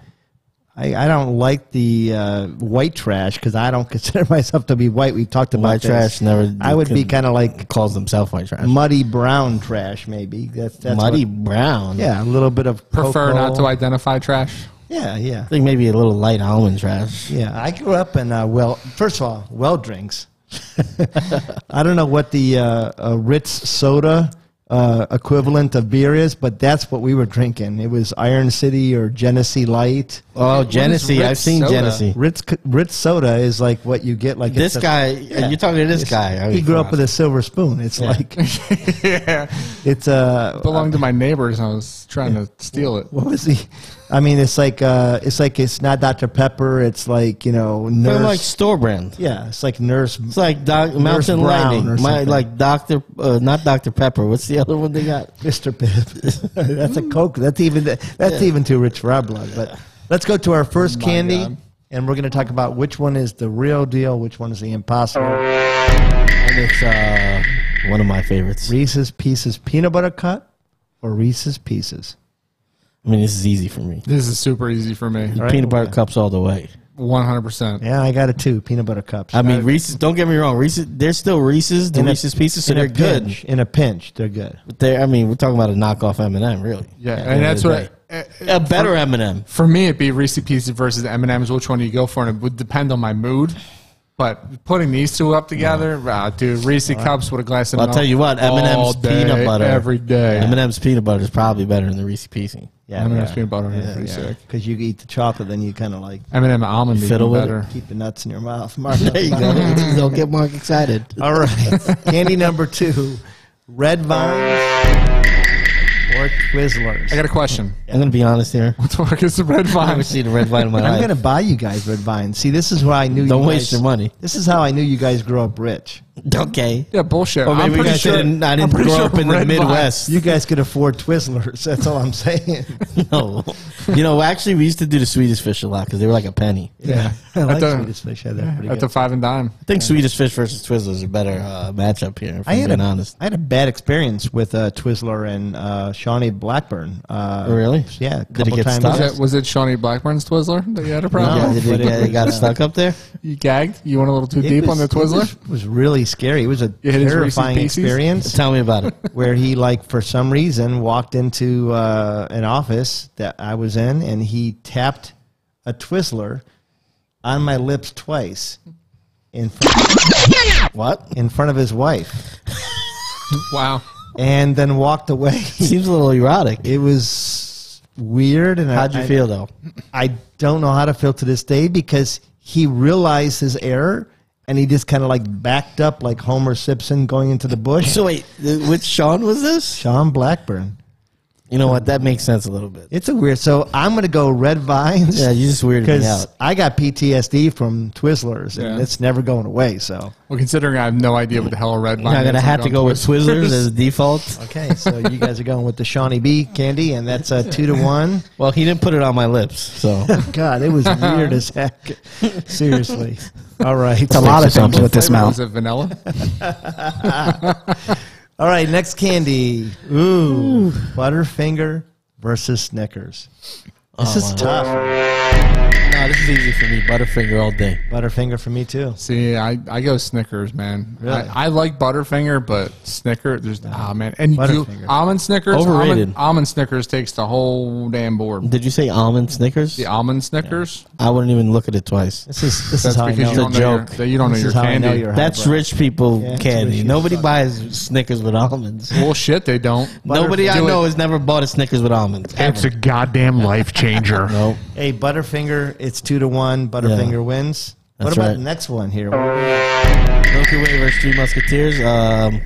I, I don't like the uh, white trash because I don't consider myself to be white. We talked about
White
this.
trash never-
I would be
couldn't-
kind of like
Calls himself white trash.
muddy brown trash, maybe. That's that's
Muddy
what-
Brown.
yeah, a little bit of
Prefer
cocoa.
not to identify trash.
Yeah, yeah,
I think maybe a little light almond trash.
yeah. I grew up in uh, well. First of all, well drinks. I don't know what the uh, uh, Ritz soda uh, equivalent of beer is, but that's what we were drinking. It was Iron City or Genesee Light.
Oh,
is
Genesee.
Ritz
I've seen
soda?
Genesee.
Ritz Ritz soda is like what you get. Like
This
it's a-
guy, you're talking to this guy. I
He
mean, uh,
grew
come
up
on.
with a silver spoon. It's like it's a
Belonged to my neighbors. I was trying to steal it.
what was he? I mean, it's like uh, it's like it's not Dr Pepper. It's like you know
They're
nurse.
like store brand.
yeah, it's like nurse.
It's like doc, Mountain
Brown or
Lightning. My,
something.
like Dr. Uh, not Dr. Pepper. What's the other one they got?
Mr. Pibb. that's a Coke. That's even that's even too rich for our blood. But let's go to our first candy,
God.
and we're going to talk about which one is the real deal, which one is the impossible. And it's uh,
One of my favorites.
Reese's Pieces peanut butter cup or Reese's Pieces.
I mean, this is easy for me.
This is super easy for me.
right.
Peanut butter cups all the way.
100%.
Yeah, I got it too. Peanut butter cups.
I mean, Reese's. Don't get me wrong. Reese's. They're still Reese's. The
In a-
Reese's pieces, so
in a
they're good.
pinch- In a pinch, they're good.
But they're. I mean, we're talking about a knockoff M and m really.
Yeah,
At the
and
end of
that's
the
what.
day.
I,
a better M and m
for me, it'd be Reese's Pieces versus M and M's. Which one do you go for? And it would depend on my mood. But putting these two up together, wow, dude, Reese's cups with a glass of
Well, I'll
milk
tell you what, M&M's
all day,
peanut butter.
every day.
M and M's peanut butter is probably better than the Reese pieces.
Yeah,
M&M's peanut butter is pretty sick.
Because you eat the chocolate, then you kind of like
M&M almond is
Fiddle with
better.
keep the nuts in your mouth.
There you go. don't get Mark excited.
All right. Candy number two, red vines or Twizzlers.
I got a question.
I'm gonna be honest here.
What's the fuck is the red
I
vine?
haven't seen a red vine in my
I'm
life.
going to buy you guys red vines. See, this is where I knew.
Don't
you
waste
guys-
your money.
This is how I knew you guys grew up rich.
Okay.
Yeah, bullshit.
Or
I'm
maybe you
pretty
guys
sure
didn't. I
I'm
didn't grow
pretty sure
up in the
red vine-
Midwest.
You guys could afford Twizzlers. That's all I'm saying.
no. You know, actually, we used to do the Swedish fish a lot because they were like a penny.
Yeah,
I
at
like
the,
Swedish fish. I had that pretty
at
good.
the five and dime.
I think Swedish fish versus Twizzlers is a better uh, matchup here. If
I
I am
had
being
a,
honest.
I had a bad experience with uh, Twizzler and uh, Shawnee Blackburn. Uh,
Oh, really?
Yeah. A
Did it
couple
get
times.
stuck?
Was it, was it Shawney Blackburn's Twizzler that you had a problem?
No.
Yeah, did
but
it, get-
it-
it got stuck up there.
You gagged? You went a little too
It
deep
was-
on the
it
Twizzler?
was- It was really scary. It was a
You hit his Reese's
terrifying
Pieces?
experience
Tell me about it.
where he, like, for some reason, walked into uh, an office that I was in, and he tapped a Twizzler on my lips twice in front,
what?
in front of his wife,
wow.
and then walked away.
Seems a little erotic.
It was weird, and I-
How'd you
I,
feel though?
I don't know how to feel to this day because he realized his error. And he just kind of like backed up like Homer Simpson going into the bush.
So wait, th- which Sean was this?
Sean Blackburn.
You know what? That makes sense a little bit.
It's a weird. So I'm going to go Red Vines.
Yeah, you just weirded me
because
out.
I got PTSD from Twizzlers, and
Yeah.
it's never going away. So
Well, considering I have no idea what the hell a red vine
I'm
is.
gonna have to
going
go with Twizzlers as default.
okay, so you guys are going with the Shawnee B candy, and that's a two to one.
Well, he didn't put it on my lips, so
God, it was weird as heck. Seriously. All right,
a lot of things
What
with this
flavor
mouth.
Was it vanilla?
All right, next candy. Ooh, Butterfinger versus Snickers. This is tough.
no, this is easy for me. Butterfinger all day.
Butterfinger for me too.
See, I, I go Snickers, man.
Really?
I, I like Butterfinger, but Snicker, there's ah man, and you,
Butterfinger.
almond Snickers,
Overrated.
Almond, almond Snickers takes the whole damn board.
Did you say almond Snickers?
The almond Snickers,
I wouldn't even look at it twice.
This is this
that's
is how I
because
know.
you don't know your,
joke.
that you don't know
This
your
is how I know
candy.
you're-
That's
Eyebrow.
rich people
Yeah, it's
candy.
rich.
Nobody buys Snickers with almonds.
Bullshit, they don't.
Nobody I
Do it.
know has never bought a Snickers with almonds.
It's
Ever.
a goddamn life changer.
Nope.
Hey, Butterfinger, it's two to one. Butterfinger wins. what
That's
about
right.
the next one here?
Milky Way versus Three Musketeers. Um,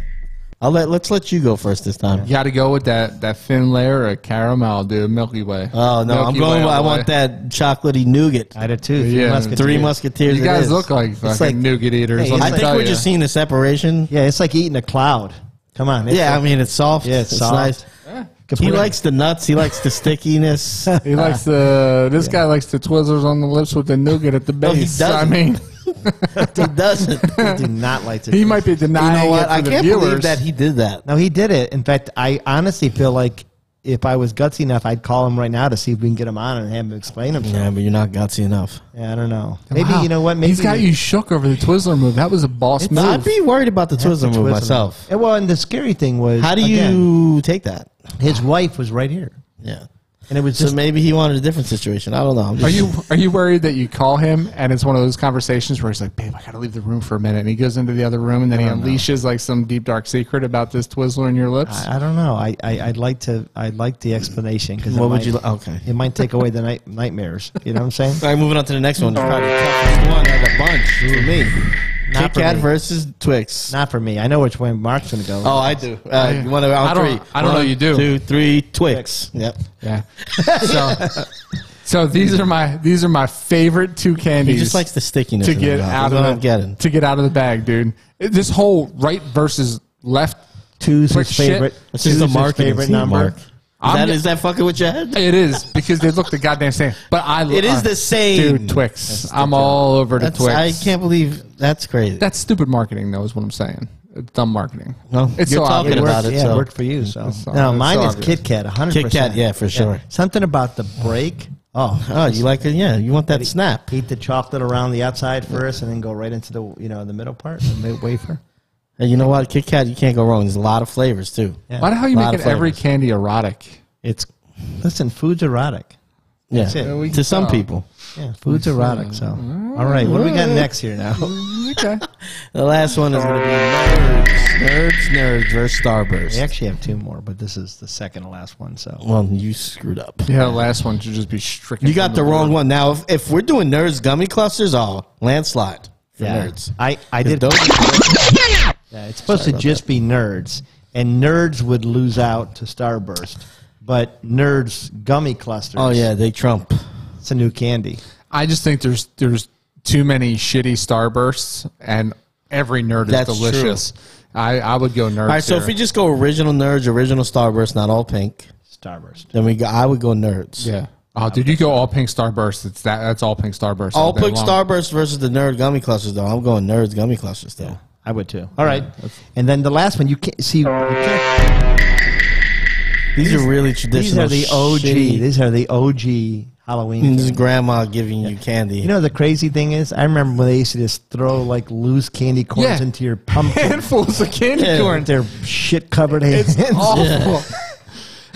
I'll let let's let you go first this time.
You got to go with that that thin layer of caramel, dude. Milky Way.
Oh no, I'm
Milky
going.
Way all
I
the
want
way.
that chocolatey nougat.
I did two. Three
Yeah.
Musketeers.
Three Musketeers.
You
it
guys
is.
look like fucking
like-
nougat eaters. let
Hey, it's
me
I
like-
tell
think we're
you.
just seeing a separation.
Yeah, it's like eating a cloud. Come on. It's
Yeah, I
like-
mean it's soft.
Yeah, it's soft.
He
completely-
likes the nuts. He likes the stickiness. No,
He likes the. uh, This guy likes the Twizzlers on the lips with the nougat at the
he
base. I
doesn't.
mean,
he doesn't.
I do not like to.
he might be
You
denying
know
it
what?
for
I
the
can't
viewers.
believe that he did that.
No, he did it. In fact, I honestly feel like if I was gutsy enough, I'd call him right now to see if we can get him on and have him explain himself.
Yeah, but you're not gutsy enough.
Yeah, I don't know. Maybe
Wow.
you know what? Maybe
he's got you shook over the Twizzler move. That was a boss
It's-
move.
I'd be worried about the
That's the
tourism move
Twizzler.
myself.
And well, and the scary thing was,
How do you
again,
take that?
his wife was right here,
Yeah.
and it was
So
just
maybe he wanted a different situation. I don't know. I'm just,
Are you are you worried that you call him and it's one of those conversations where he's like, "Babe, I gotta leave the room for a minute," and he goes into the other room and then he unleashes like some deep dark secret about this Twizzler in your lips?
I, I don't know. I, I I'd like to. I'd like the explanation because
What would you? li- Okay.
It might take away the night, nightmares. You know what I'm saying?
All right, moving on to the next one. It's probably the toughest one out of a bunch for me.
Not
Kit
for
Kat
me.
versus Twix.
Not for me. I know which way Mark's gonna go.
Oh, I do. Uh,
yeah.
you want to?
I don't-
Three.
I don't know you do.
Two, three, Twix. Yep.
yeah. So so these are my these are my favorite two
He
candies.
just likes the stickiness.
to
in
get
his mouth.
out
That's
of
what
the,
I'm getting.
to get out of the bag, dude. This whole right versus left.
Two's
quick
his favorite.
shit.
This
two's
is the
his
marketing
favorite
team,
number.
Mark. Is
I'm
that,
ge-
is that fucking with your head?
It is because they look the goddamn same. But I
It is the same.
dude. Twix. I'm all over the
That's,
Twix.
I can't believe that's crazy.
That's stupid marketing, though, is what I'm saying. It's dumb marketing.
No,
It's
you're
so obvious.
talking about
worked,
it.
yeah,
so.
it worked for you. So
It's all-
no,
it's
mine
all
is
obvious.
Kit Kat, hundred
Kit
percent.
Kat, yeah, for sure.
Something about the break.
Oh, oh, you like it? Yeah, you want that snap?
Eat the chocolate around the outside first, and then go right into the you know the middle part, the mid- wafer.
And you know what, Kit Kat, you can't go wrong. There's a lot of flavors too.
Yeah.
Why the hell are you
Lot
making
of
every
flavors.
candy erotic?
It's
Listen, food's erotic.
yeah,
That's it. Yeah, we-
to some
oh.
people.
Yeah, food's erotic. So,
Mm-hmm.
all right, what do we got next here now?
Okay.
The last one is going to be nerds, nerds, nerds versus Starburst.
We actually have two more, but this is the second to last one. So,
Well, you screwed up.
yeah, the last one should just be stricken.
You
from
got the
board.
wrong one. Now, if, if we're doing nerds gummy clusters, oh, landslide for nerds.
I I
If
did.
those-
Yeah, it's supposed to just be nerds, and nerds would lose out to Starburst, but nerds gummy clusters.
oh yeah, they trump.
it's a new candy.
I just think there's there's too many shitty starbursts, and every nerd
That's
is delicious. I, I would go nerd.
All right, so if we just go original nerds, original Starburst, not all pink,
Starburst.
then we go, I would go nerds.
yeah. Oh, dude, you go all pink starburst. It's that. That's all pink starburst.
All
day
pink
long.
Starburst versus the nerd gummy clusters, though. I'm going nerds gummy clusters, though.
I would too. All right, and then the last one you can't see. You can't,
These, are really
these
traditional.
are the OG.
shitty-
These are the OG Halloween.
This is
candy.
grandma giving you candy.
You know the crazy thing is, I remember when they used to just throw like loose candy corns
Yeah.
into your pumpkin.
handfuls of candy
Yeah.
corn.
Their shit covered hands.
It's awful.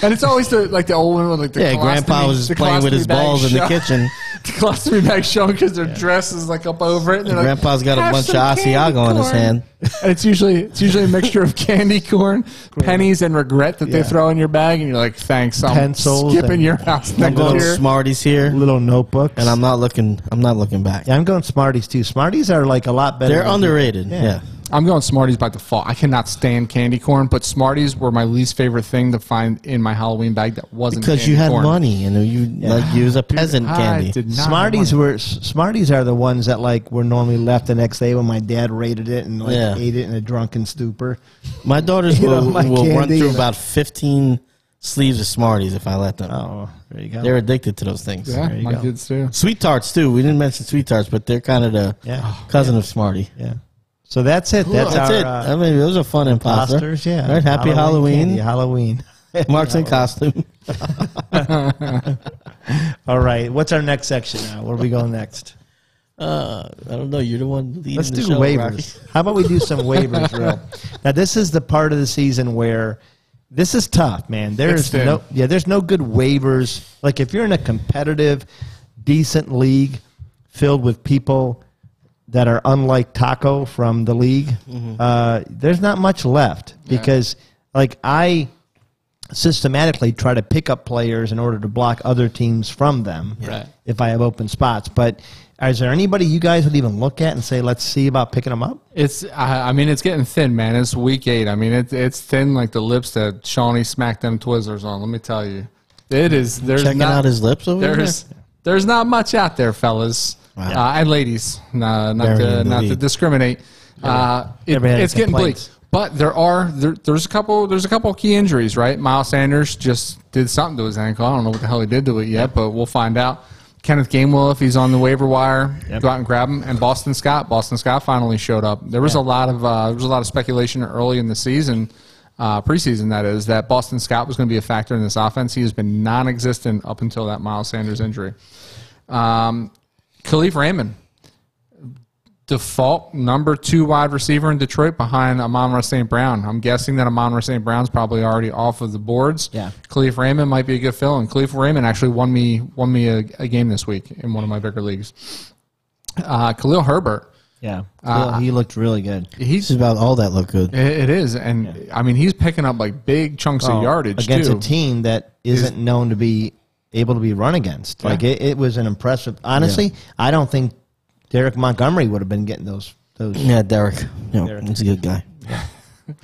And it's always the like the old one with like the
yeah, grandpa
colostomy-
was
the
just playing with his
colostomy bag
balls in the
shut-
kitchen.
The colostomy bag shown because their dress is like up over it. And they're like,
Grandpa's got a
"Have
bunch of
some candy
Asiago in his
corn."
hand.
And it's usually it's usually a mixture of candy corn, pennies, and regret that they
Yeah.
throw in your bag, and you're like, "Thanks, I'm
Pencils
skipping
and-
your house
I'm
next
going
year."
Smarties here,
little notebooks.
and I'm not looking. I'm not looking back.
yeah, I'm going Smarties too. Smarties are like a lot better.
They're
than-
underrated.
Yeah.
Yeah.
I'm going Smarties by default. I cannot stand candy corn, but Smarties were my least favorite thing to find in my Halloween bag that wasn't
Because
candy
you had
corn.
money, and you like you was a peasant
I
candy.
did not have
Smarties
money.
were S- Smarties are the ones that like were normally left the next day when my dad raided it and like
Yeah.
ate it in a drunken stupor.
My daughters
You know,
will,
my
will run
candy
through
and-
about 15 sleeves of Smarties if I let them.
Oh, there you go.
They're addicted to those things.
Yeah,
There you
my
go.
kids too.
Sweet tarts too. We didn't mention sweet tarts, but they're kind of the Oh,
Yeah.
cousin of Smartie.
yeah. So that's it. That's,
That's,
our,
it. I
Uh,
mean, those are fun imposter.
imposters. Yeah.
Right. Happy
candy,
Halloween.
Halloween.
Mark's in costume.
All right. What's our next section now? Where are we going next?
Uh, I don't know. You're the one leading
Let's
the
do
show,
waivers.
Rocky.
How about we do some waivers, real? Now this is the part of the season where this is tough, man.
It's
There's
thin.
no yeah, there's no good waivers. Like if you're in a competitive, decent league filled with people that are unlike Taco from the league,
Mm-hmm.
uh, there's not much left because like I systematically try to pick up players in order to block other teams from them
Right.
if I have open spots. But is there anybody you guys would even look at and say, let's see about picking them up?
It's I, I mean it's getting thin, man. It's week eight. I mean it's it's thin like the lips that Shawnee smacked them Twizzlers on. Let me tell you, it is. There's
Checking
not,
out his lips over
there's there's not much out there, fellas uh, and ladies. No, not
Burying
to,
the
not to
lead.
discriminate. Uh, it,
Everybody had
it's getting bleak,
complaints.
but there are there, there's a couple there's a couple key injuries, right? Miles Sanders just did something to his ankle. I don't know what the hell he did to it yet, but we'll find out. Kenneth Gainwell, if he's on the waiver wire, go out and grab him. And Boston Scott, Boston Scott finally showed up. There was a lot of uh, there was a lot of speculation early in the season, uh, preseason that is, that Boston Scott was going to be a factor in this offense. He has been non-existent up until that Miles Sanders injury. Um, Khalif Raymond, default number two wide receiver in Detroit behind Amon Ross St. Brown. I'm guessing that Amon Ross St. Brown's probably already off of the boards.
Yeah.
Khalif Raymond might be a good fill, and Khalif Raymond actually won me won me a, a game this week in one of my bigger leagues. Uh, Khalil Herbert,
Yeah.
Uh,
he looked really good.
he's
This is about all that look good.
it it is, and I mean he's picking up like big chunks of yardage
Oh, against
too.
a team that isn't known to be able to be run against. Like it, it was an impressive. Honestly, I don't think Derek Montgomery would have been getting those. Those
Yeah, Derek. You know, He's a good guy.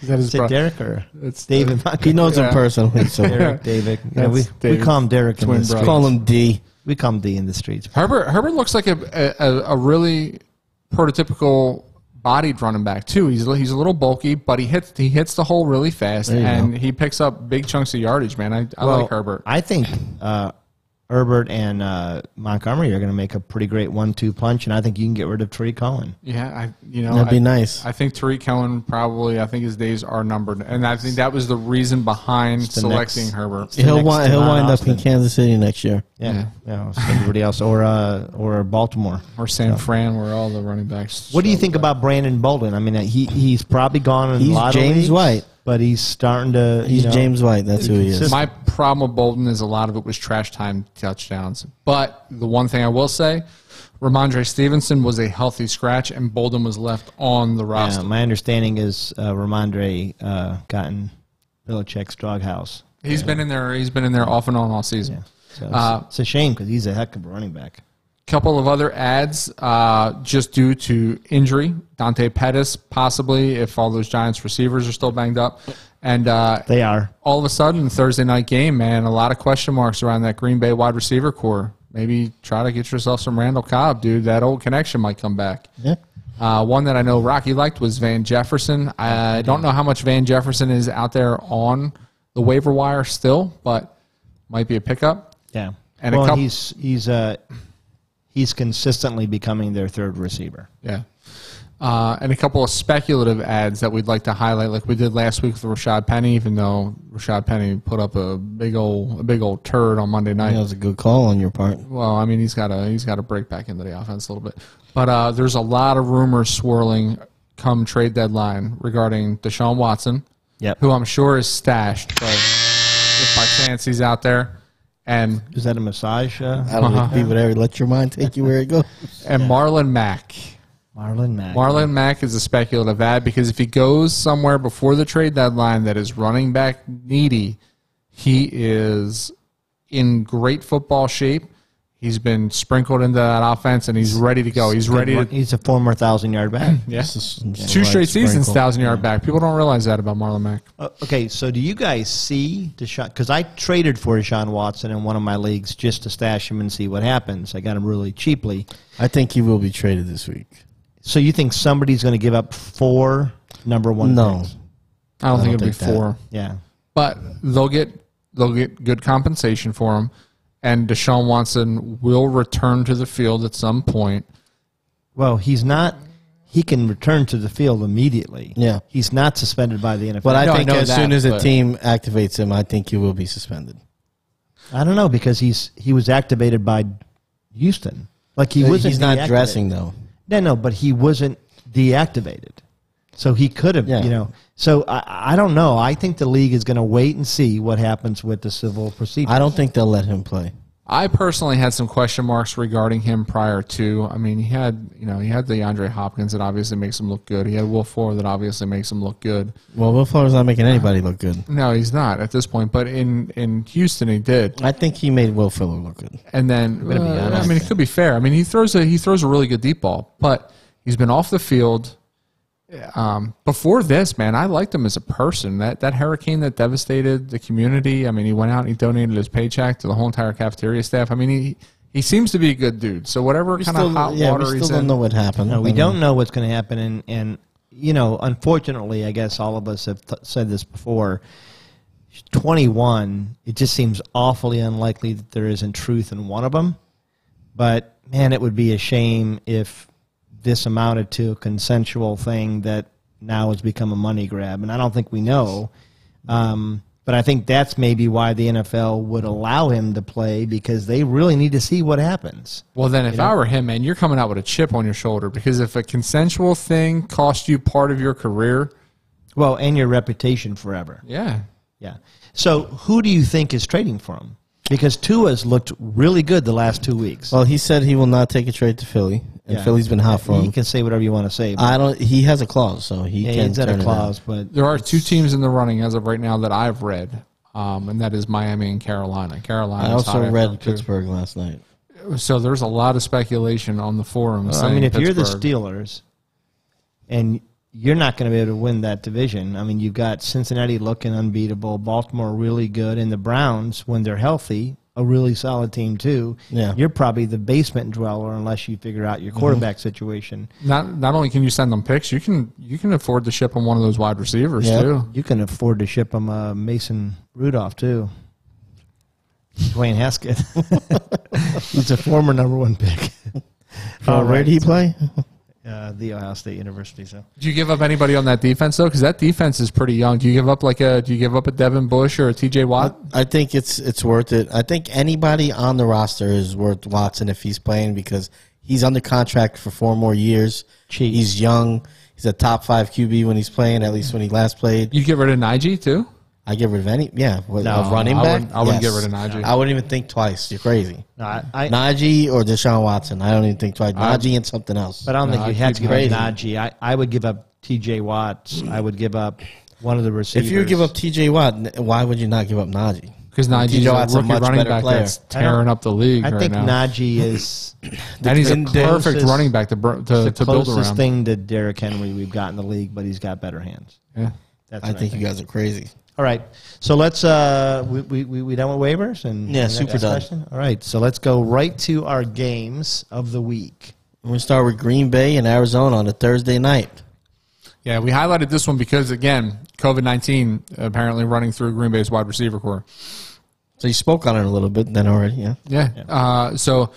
Is that his
is it
bro-
Derek or
It's-
David
He
Montgomery?
knows
Yeah.
him personally. So
Derek, David. Yeah,
That's
we, we
David's
call him Derek in
twin
the
brother.
streets.
call him D.
We call him D in the streets.
Herbert Herbert looks like a a, a- a really prototypical bodied running back too. He's a- he's a little bulky, but he hits he hits the hole really fast and he picks up big chunks of yardage. Man, I, I
Well,
like Herbert.
I think uh, Herbert and uh, Montgomery are going to make a pretty great one-two punch, and I think you can get rid of Tariq Cohen.
Yeah, I you know
That'd be
I-
nice.
I think Tariq Cohen probably I think his days are numbered, and I think that was the reason behind
the
selecting
next-
Herbert.
the
he'll
next
wind, he'll
Devon
wind up in
Austin.
Kansas City next year.
Yeah, yeah. so everybody else, or uh, or Baltimore.
Or San Fran, where all the running backs.
What do you think about Brandon Bolden? I mean, uh, he he's probably gone in
He's
a lot
James
of leagues,
White.
but he's starting to.
He's
you know,
James White. That's who he is.
consistent.
My problem with Bolden is a lot of it was trash time touchdowns. But the one thing I will say, Ramondre Stevenson was a healthy scratch, and Bolden was left on the
Yeah,
roster.
my understanding is uh, Ramondre uh, gotten Belichick's doghouse.
He's been in there. He's been in there off and on all season.
So it's,
Uh,
it's a shame because he's a heck of a running back.
couple of other ads uh, just due to injury. Dante Pettis, possibly, if all those Giants receivers are still banged up. And uh,
They are.
all of a sudden, Thursday night game, man, a lot of question marks around that Green Bay wide receiver core. Maybe try to get yourself some Randall Cobb, dude. That old connection might come back.
Yeah.
Uh, one that I know Rocky liked was Van Jefferson. I don't know how much Van Jefferson is out there on the waiver wire still, but might be a pickup.
Yeah.
And a
well,
couple-
he's he's uh, he's consistently becoming their third receiver.
Yeah. Uh, and a couple of speculative ads that we'd like to highlight, like we did last week with Rashad Penny, even though Rashad Penny put up a big old a big old turd on Monday night.
That was a good call on your part.
Well, I mean he's got to he's got to break back into the offense a little bit. But uh, there's a lot of rumors swirling come trade deadline regarding Deshaun Watson,
Yep.
who I'm sure is stashed, but if by chance he's out there, and
Is that a massage? Uh,
I don't think people ever let your mind take you where it goes.
and Marlon Mack.
Marlon Mack.
Marlon Mack is a speculative ad because if he goes somewhere before the trade deadline that is running back needy, he is in great football shape. He's been sprinkled into that offense and he's ready to go. He's ready to
He's a former thousand yard back.
yeah.
is
two
right
straight seasons,
sprinkle.
thousand yard back. People don't realize that about Marlon Mack.
Uh, okay, so do you guys see Deshaun? Because I traded for Deshaun Watson in one of my leagues just to stash him and see what happens. I got him really cheaply.
I think he will be traded this week.
So you think somebody's going to give up four number one?
No.
picks?
I don't think it'll
don't think
be
that.
four.
Yeah.
But they'll get they'll get good compensation for him. And Deshaun Watson will return to the field at some point.
Well, he's not. He can return to the field immediately.
Yeah.
He's not suspended by the NFL.
But I
No, I
think
know
as
that,
soon as a
but-
team activates him, I think he will be suspended.
I don't know because he's he was activated by Houston. Like he wasn't.
Uh, He's not
deactivated.
dressing though.
No, no, but he wasn't deactivated. So he could have,
Yeah.
you know. So I, I don't know. I think the league is going to wait and see what happens with the civil procedure.
I don't think they'll let him play.
I personally had some question marks regarding him prior to. I mean, he had you know he had the Andre Hopkins that obviously makes him look good. He had Will Fuller that obviously makes him look good.
Well, Will Fuller's not making anybody look good.
No, he's not at this point, but in in Houston he did.
I think he made Will Fuller look good.
And then
be
uh, I
honest.
mean, it could be fair. I mean, he throws a he throws a really good deep ball, but he's been off the field. Um, before this, man, I liked him as a person. That that hurricane that devastated the community. I mean, he went out and he donated his paycheck to the whole entire cafeteria staff. I mean, he he seems to be a good dude. So whatever
We
kind
still,
of hot
yeah, we
water
still
he's
don't
in,
know what happened. um,
No,
I
we
mean,
don't know what's going to happen, and and you know, unfortunately, I guess all of us have th- said this before. Twenty one, it just seems awfully unlikely that there isn't truth in one of them. But man, it would be a shame if this amounted to a consensual thing that now has become a money grab, and I don't think we know. Um, but I think that's maybe why the NFL would allow him to play because they really need to see what happens.
Well, then, if I were him, man, you're coming out with a chip on your shoulder because if a consensual thing cost you part of your career,
Well, and your reputation forever.
yeah,
Yeah. So who do you think is trading for him? Because Tua's looked really good the last two weeks.
Well, he said he will not take a trade to Philly, and
Yeah.
Philly's been hot for
you
him.
can say whatever you want to say. But
I don't. He has a clause, so he
yeah,
can
he's got
turn
a
it
clause,
down.
but
there are two teams in the running as of right now that I've read, um, and that is Miami and Carolina. Carolina.
I also read Pittsburgh last night.
So there's a lot of speculation on the forums.
I mean,
saying
if you're the
Pittsburgh-
Steelers and you're not going to be able to win that division, I mean, you've got Cincinnati looking unbeatable, Baltimore really good, and the Browns, when they're healthy, a really solid team too.
Yeah. Mm-hmm.
You're probably the basement dweller unless you figure out your quarterback situation.
not not only can you send them picks, you can you can afford to ship them one of those wide receivers
Yeah.
too.
You can afford to ship them uh, Mason Rudolph too. Dwayne Haskett. He's a former number one pick.
Uh,
All
Where
right.
did he play?
Uh, the Ohio State University. So
Do you give up anybody on that defense though? Because that defense is pretty young. Do you give up like a Do you give up a Devin Bush or a T.J. Watt?
I think it's it's worth it. I think anybody on the roster is worth Watson if he's playing because he's under contract for four more years.
Cheat.
He's young. He's a top five QB when he's playing, at least when he last played.
You get rid of Najee too.
I get rid of any, yeah, what,
No,
of running
I
back.
wouldn't- I wouldn't get rid of Najee.
I wouldn't even think twice. You're crazy.
no, I, I,
Najee or Deshaun Watson. I don't even think twice. Najee and something else.
but I don't
No,
think you
I'd
had to
keep
give up
crazy.
Najee. I, I would give up T.J. Watts. I would give up one of the receivers.
if you give up T.J. Watt, n- why would you not give up Najee?
Because Najee's
T.J.
a
Watt's a
rookie
much
running
better
back
player.
that's
I don't-
tearing up the league
I
right
think
now,
Najee is
and he's a
the
perfect
closest-
running back to br- to,
the
to build
closest
around.
thing to Derrick Henry we've got in the league, but he's got better hands.
Yeah.
That's
I
what
think you guys are crazy.
All right. So let's uh we we we, we done with waivers and
Yeah,
and that
super done.
discussion? All right. So let's go right to our games of the week.
We're gonna start with Green Bay and Arizona on a Thursday night.
Yeah, we highlighted this one because again, COVID nineteen apparently running through Green Bay's wide receiver core.
So you spoke on it a little bit then already, yeah.
Yeah. Uh, so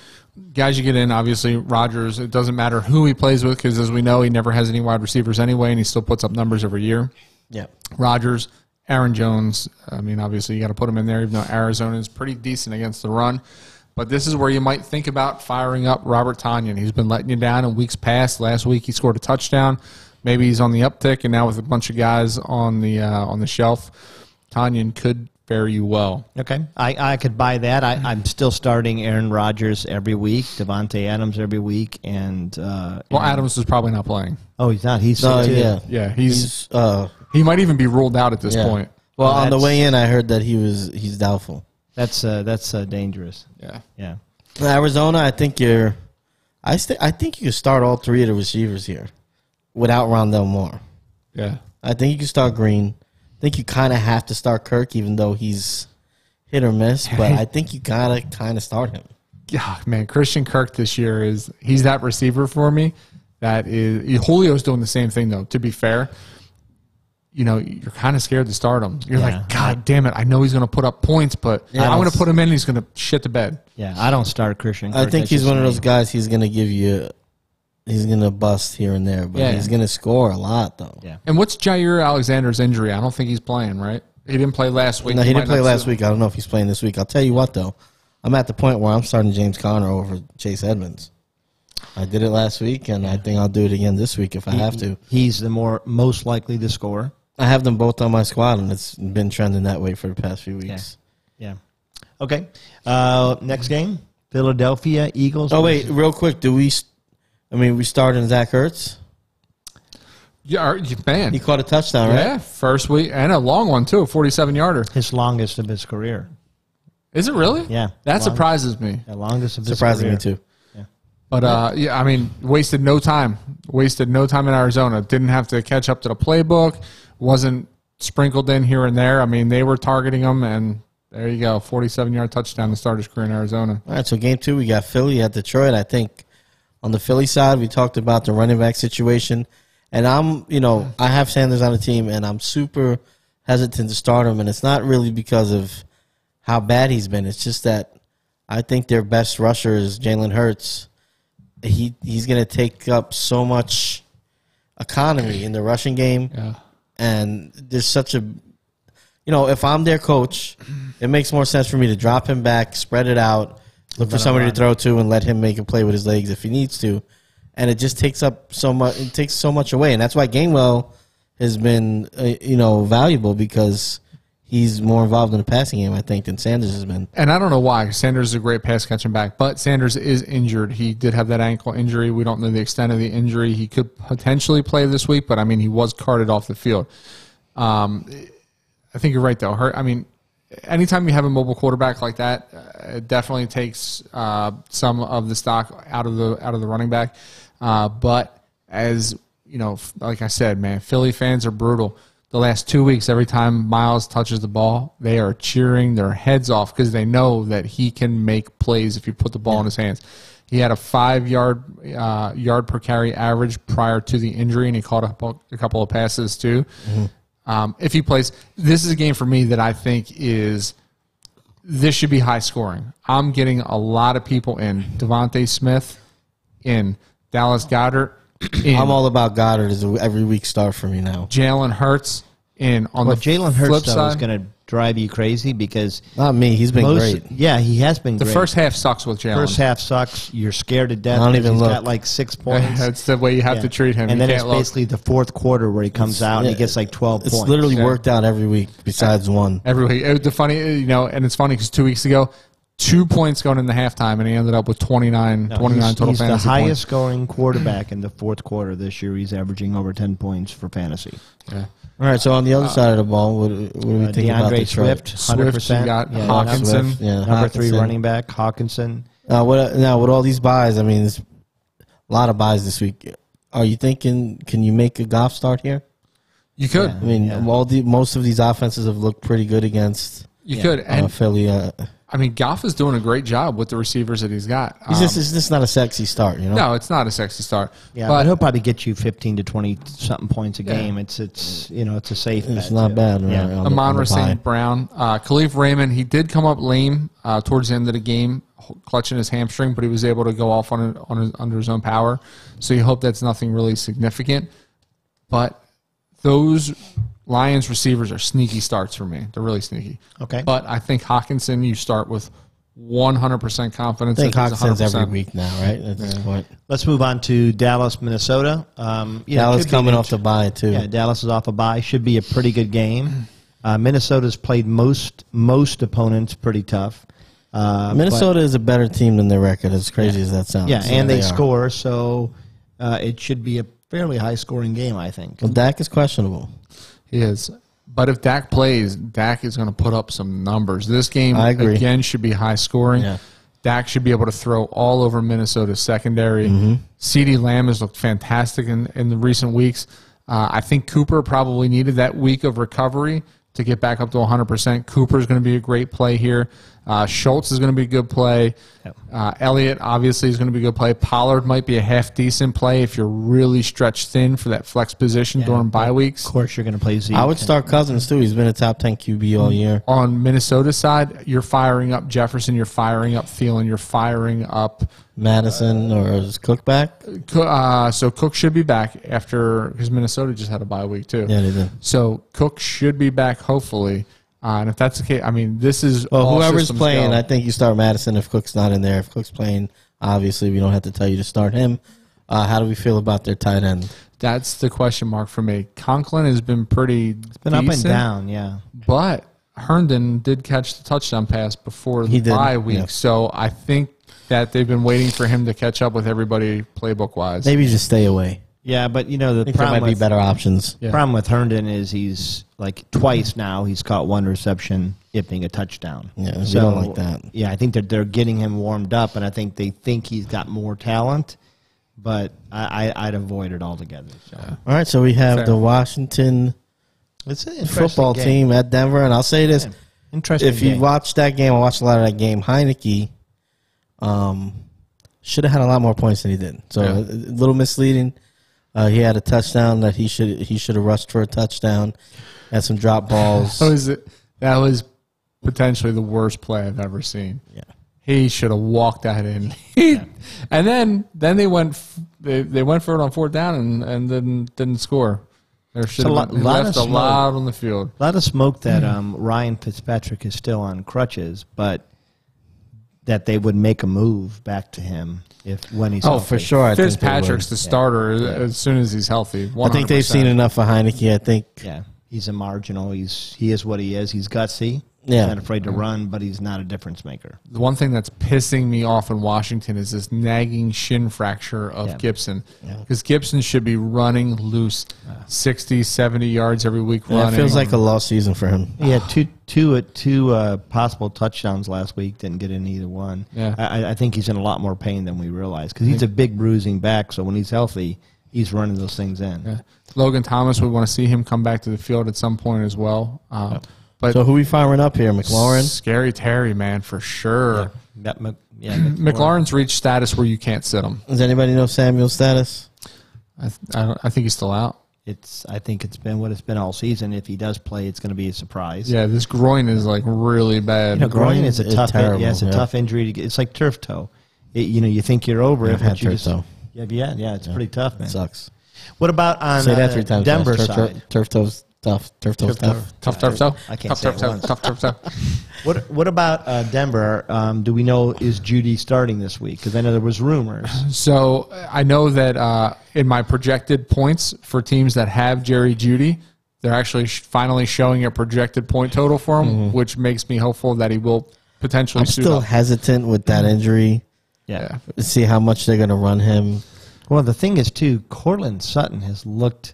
guys, you get in. Obviously, Rodgers. It doesn't matter who he plays with because, as we know, he never has any wide receivers anyway, and he still puts up numbers every year.
Yeah.
Rodgers, Aaron Jones. I mean, obviously, you got to put him in there, even though Arizona is pretty decent against the run. But this is where you might think about firing up Robert Tanyan. He's been letting you down in weeks past. Last week, he scored a touchdown. Maybe he's on the uptick, and now with a bunch of guys on the uh, on the shelf, Tanyan could fare you well.
Okay. I, I could buy that. I, I'm still starting Aaron Rodgers every week, Devontae Adams every week, and uh
Well, Adams is probably not playing.
oh he's not. He's
So
sick, too.
yeah.
Yeah, he's
He's, uh
he might even be ruled out at this
yeah.
point.
Well,
Well,
on the
that's-
way in I heard that he was he's doubtful.
That's uh that's uh, dangerous.
Yeah.
Yeah.
Arizona, I think you're I st- I think you can start all three of the receivers here without Rondell Moore.
Yeah.
I think you can start Green. I think you kind of have to start Kirk even though he's hit or miss, but I think you got to kind of start him.
Yeah, man, Christian Kirk this year is he's that receiver for me. That is Julio's doing the same thing though. To be fair, you know you're kind of scared to start him. You're
Yeah.
like, God damn it! I know he's going to put up points, but I'm going to put him in. and He's going to shit the bed.
Yeah. I don't start Christian.
I
Kirk.
think
That's
he's
just
one of
me.
those guys. He's gonna give you, he's gonna bust here and there, but
Yeah.
he's gonna score a lot though.
Yeah.
And what's Jair Alexander's injury? I don't think he's playing. Right? He didn't play last week.
No, he didn't
might not
play last
sit.
week. I don't know if he's playing this week. I'll tell you what though, I'm at the point where I'm starting James Conner over Chase Edmonds. I did it last week, and I think I'll do it again this week if I have to.
He's the more most likely to score.
I have them both on my squad, and it's been trending that way for the past few
Yeah.
weeks.
Yeah. Okay. Uh, next game, Philadelphia Eagles.
Oh wait, real quick, do we? s- I mean, we started Zach Ertz.
Yeah, are you- man.
He caught a touchdown, right?
Yeah, first week and a long one too, a 47 yarder.
His longest of his career.
Is it really?
Yeah.
that
Long-
surprises me.
The longest of his
Surprising me
career.
too.
But uh, yeah, I mean, wasted no time. Wasted no time in Arizona. Didn't have to catch up to the playbook. Wasn't sprinkled in here and there. I mean, they were targeting him, and there you go, forty-seven yard touchdown to start his career in Arizona.
All right, so game two, we got Philly at Detroit. I think on the Philly side, we talked about the running back situation. And I'm, you know, I have Sanders on the team, and I'm super hesitant to start him. And it's not really because of how bad he's been. It's just that I think their best rusher is Jalen Hurts. He he's going to take up so much economy in the rushing game
Yeah,
and there's such a you know if i'm their coach it makes more sense for me to drop him back spread it out look for somebody to throw to and let him make a play with his legs if he needs to and it just takes up so much it takes so much away and that's why gainwell has been uh, you know valuable because he's more involved in the passing game i think than sanders has been
and I don't know why Sanders is a great pass catching back, but Sanders is injured. He did have that ankle injury. We don't know the extent of the injury. He could potentially play this week, but I mean, he was carted off the field. Um, I think you're right though. Her, I mean, anytime you have a mobile quarterback like that, uh, it definitely takes uh, some of the stock out of the out of the running back. Uh, but as you know, f- like I said, man, Philly fans are brutal. The last two weeks, every time Miles touches the ball, they are cheering their heads off because they know that he can make plays if you put the ball in his hands. He had a five yard uh, yard per carry average prior to the injury, and he caught a, couple- a couple of passes too. Um, if he plays, this is a game for me that I think is this should be high scoring. I'm getting a lot of people in. Devontae Smith in. Dallas Goddard in.
I'm all about Goddard as a every week star for me now.
Jalen Hurts in. On the
But Jalen
flip
Hurts though, is
side,
going to drive you crazy because
Not me. He's been
most,
great.
yeah, he has been
the
great.
first half sucks with Jalen.
First half sucks. You're scared to death.
I don't
because
even
he's
look.
Got like six points.
That's the way you have
Yeah.
to treat him.
And
you
then it's
can't look-
basically the fourth quarter where he comes out and he gets like twelve
It's
points.
literally
Yeah.
worked out every week besides one.
Every week. It was the funny, you know, and it's funny because two weeks ago, two points going into halftime, and he ended up with 29,
No,
29
he's,
total
he's the
fantasy
highest
points.
scoring quarterback in the fourth quarter this year. He's averaging over ten points for fantasy.
All right, so on the other side of the ball, what, what do we
Uh,
think about
DeAndre
Detroit?
Swift, hundred
Swift, you
percent.
got
number,
Hawkinson.
Swift, yeah,
number three
Hawkinson.
running back Hawkinson.
Uh, what now with all these buys? I mean, there's a lot of buys this week. Are you thinking? Can you make a golf start here?
You could.
I mean, all the most of these offenses have looked pretty good against
You could. And
uh, Philly. Uh,
I mean, Goff is doing a great job with the receivers that he's got.
it's just
Um,
it's just not a sexy start, you know.
no, it's not a sexy start.
Yeah,
but
but he'll probably get you fifteen to twenty something points a game. It's it's you know it's a safe.
Mm. it's
bet,
not
too.
bad. right,
Yeah.
on the- on the
Amonra
buy.
St. Brown. Uh, Khalif Raymond, he did come up lame uh, towards the end of the game, h- clutching his hamstring, but he was able to go off on, on his, under his own power. So you hope that's nothing really significant. But those Lions receivers are sneaky starts for me. They're really sneaky.
Okay.
But I think Hawkinson, you start with 100% confidence.
I think
that he's
Hawkinson's every
100%.
week now, right? At this point,
Let's move on to Dallas, Minnesota. Um, yeah, it
Dallas
could be
coming
an
off the buy too.
Yeah, Dallas is off a bye. Should be a pretty good game. Uh, Minnesota's played most most opponents pretty tough. Uh, but-
Minnesota is a better team than their record. As crazy as that sounds,
yeah, and they,
are.
score, so uh, it should be a fairly high scoring game, I think.
Well, Dak is questionable.
He is. But if Dak plays, Dak is going to put up some numbers. This game
I agree.
again should be high scoring.
Yeah.
Dak should be able to throw all over Minnesota's secondary.
Mm-hmm.
CeeDee Lamb has looked fantastic in, in the recent weeks. Uh, I think Cooper probably needed that week of recovery to get back up to 100%. Cooper is going to be a great play here. Uh, Schultz is going to be a good play. Uh, Elliott, obviously, is going to be a good play. Pollard might be a half decent play if you're really stretched thin for that flex position during bye weeks.
Of course, you're going to play Zeke.
I would start Cousins too. He's been a top ten QB
Hmm.
all year.
on Minnesota's side, you're firing up Jefferson, you're firing up Thielen, you're firing up.
Madison
Uh,
or is Cook back?
Co- Uh, so Cook should be back after because Minnesota just had a bye week too.
Yeah, they did.
So Cook should be back hopefully, uh, and if that's the case, I mean this is
Well,
all
whoever's
systems
playing,
go.
I think you start Madison if Cook's not in there. If Cook's playing, obviously we don't have to tell you to start him. Uh, how do we feel about their tight end?
that's the question mark for me. Conklin has been pretty
been up and
decent,
down, yeah.
but Herndon did catch the touchdown pass before the
He did,
bye week,
yeah.
so I think that they've been waiting for him to catch up with everybody playbook wise.
Maybe just stay away.
Yeah, but you know
I
the
think there
problem
might be
with,
better options.
Yeah.
problem with Herndon is he's like twice now he's caught one reception, it being a touchdown.
Yeah, we don't like that.
Yeah, I think that they're getting him warmed up, and I think they think he's got more talent, but I, I, I'd avoid it altogether. So.
All right, so we have
Fair.
the Washington
It's an
football team at Denver, and I'll say this:
Interesting.
if you watch that game, I watched a lot of that game. Heineke um, should have had a lot more points than he did. So
Yeah.
a, a little misleading. Uh, he had a touchdown that he should he should have rushed for a touchdown. Had some drop balls.
That was that was potentially the worst play I've ever seen.
Yeah.
He should have walked that in. And then then they went f- they, they went for it on fourth down and and didn't didn't score. There should
a
have
lot-
been, they
lot of
left a
smoke.
lot on the field.
a lot of smoke that
Hmm.
um, Ryan Fitzpatrick is still on crutches, but that they would make a move back to him if when he's
Oh,
healthy.
for sure. I think they
Fitzpatrick's the
would.
starter as soon as he's healthy.
I think they've
100%.
seen enough of Heineke. I think.
Yeah, he's a marginal. He's he is what he is. He's gutsy.
Yeah.
he's not afraid to run, but he's not a difference maker.
The one thing that's pissing me off in Washington is this nagging shin fracture of
Yeah.
Gibson. Because Gibson should be running loose 60, 70 yards every week
Yeah,
running.
it feels like a lost season for him.
He had two two uh, two uh, possible touchdowns last week. Didn't get in either one.
Yeah.
I, I- I think he's in a lot more pain than we realize because he's a big bruising back. So when he's healthy, he's running those things in.
Yeah. Logan Thomas would want to see him come back to the field at some point as well. Um, But
So who we firing up here? McLaurin.
scary Terry, man, for sure.
That Mc- yeah,
McLaurin's reached status where you can't sit him.
Does anybody know Samuel's status?
I, th- I, don't, I think he's still out.
It's I think it's been what it's been all season. If he does play, it's going to be a surprise.
Yeah, this groin is like really bad.
You know, groin is a
Groin is
tough.
terrible,
yeah, it's a
yeah.
tough injury. To get. It's like turf toe. It, you know, you think you're over it,
I've had
but you
turf
just,
toe.
Yeah, yeah, yeah. It's pretty tough, man.
Sucks.
What about on
Say that
uh,
three times. fast.
Denver
turf,
side?
Turf, turf toes tough. Turf toes
Turf toe.
tough.
tough turf toe.
I can't
tough
say
turf
it
toe.
once.
Tough turf toe.
What What about uh, Denver? Um, do we know is Judy starting this week? Because I know there was rumors.
So I know that uh, in my projected points for teams that have Jerry Judy, they're actually sh- finally showing a projected point total for him,
Mm-hmm.
which makes me hopeful that he will potentially
I'm
suit
still
up.
hesitant with
Mm-hmm.
that injury.
Yeah.
See how much they're going to run him.
Well, the thing is too, Cortland Sutton has looked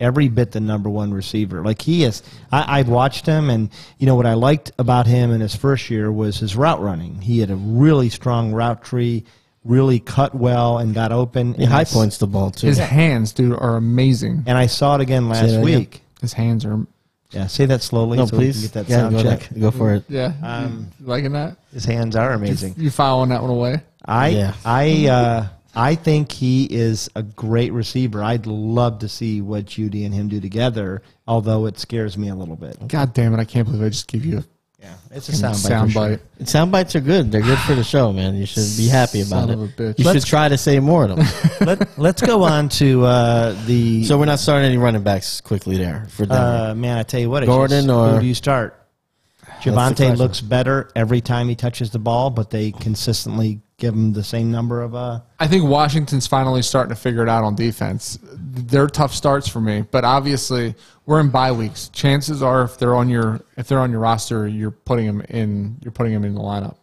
every bit the number one receiver. Like he is. I, I've watched him, and you know what I liked about him in his first year was his route running. He had a really strong route tree, really cut well, and got open.
He
and I
high
s-
points the ball too.
His hands, dude, are amazing.
And I saw it again
that
last
again.
week.
His hands are.
Yeah, say that slowly.
no,
so
please.
We can get that
Yeah,
sound
go,
check.
that- go for it.
Yeah, you liking that?
His hands are amazing.
You fouling that one away?
I
Yeah.
I uh, I think he is a great receiver. I'd love to see what Judy and him do together. Although it scares me a little bit.
God damn it! I can't believe I just give you
Yeah, it's a
a
soundbite.
sound bite.
Sound bites are good. They're good for the show, man. You should be happy
Son
about it.
of a bitch.
You
Let's-
should try to say more of them.
Let, let's go on to uh, the.
so we're not starting any running backs quickly there for Denver.
uh, man, I tell you what, it's
Gordon
just,
or-
who do you start? Javante
question.
looks better every time he touches the ball, but they consistently give him the same number of. Uh,
I think Washington's finally starting to figure it out on defense. They're tough starts for me, but obviously we're in bye weeks. Chances are, if they're on your if they're on your roster, you're putting them in. You're putting them in the lineup.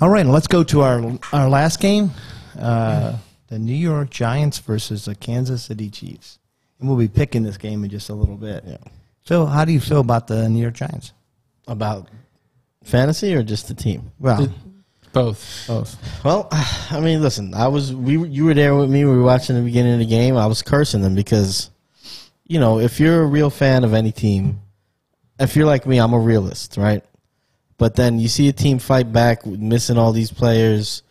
All right, let's go to our our last game, uh, the New York Giants versus the Kansas City Chiefs, and we'll be picking this game in just a little bit.
Yeah.
Phil, how do you feel about the New York Giants?
about fantasy or just the team?
Well,
Both. Both.
Well, I mean, listen, I was we were- you were there with me. We were watching the beginning of the game. I was cursing them because, you know, if you're a real fan of any team, if you're like me, I'm a realist, right? But then you see a team fight back, with missing all these players.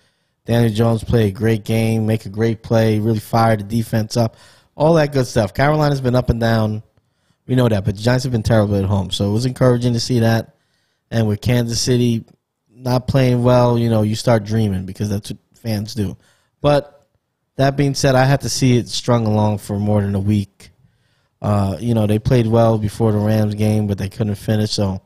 Danny Jones played a great game, make a great play, really fire the defense up, all that good stuff. Carolina's been up and down. We know that, but the Giants have been terrible at home. So it was encouraging to see that. And with Kansas City not playing well, you know, you start dreaming because that's what fans do. But that being said, I had to see it strung along for more than a week. Uh, you know, they played well before the Rams game, but they couldn't finish. So,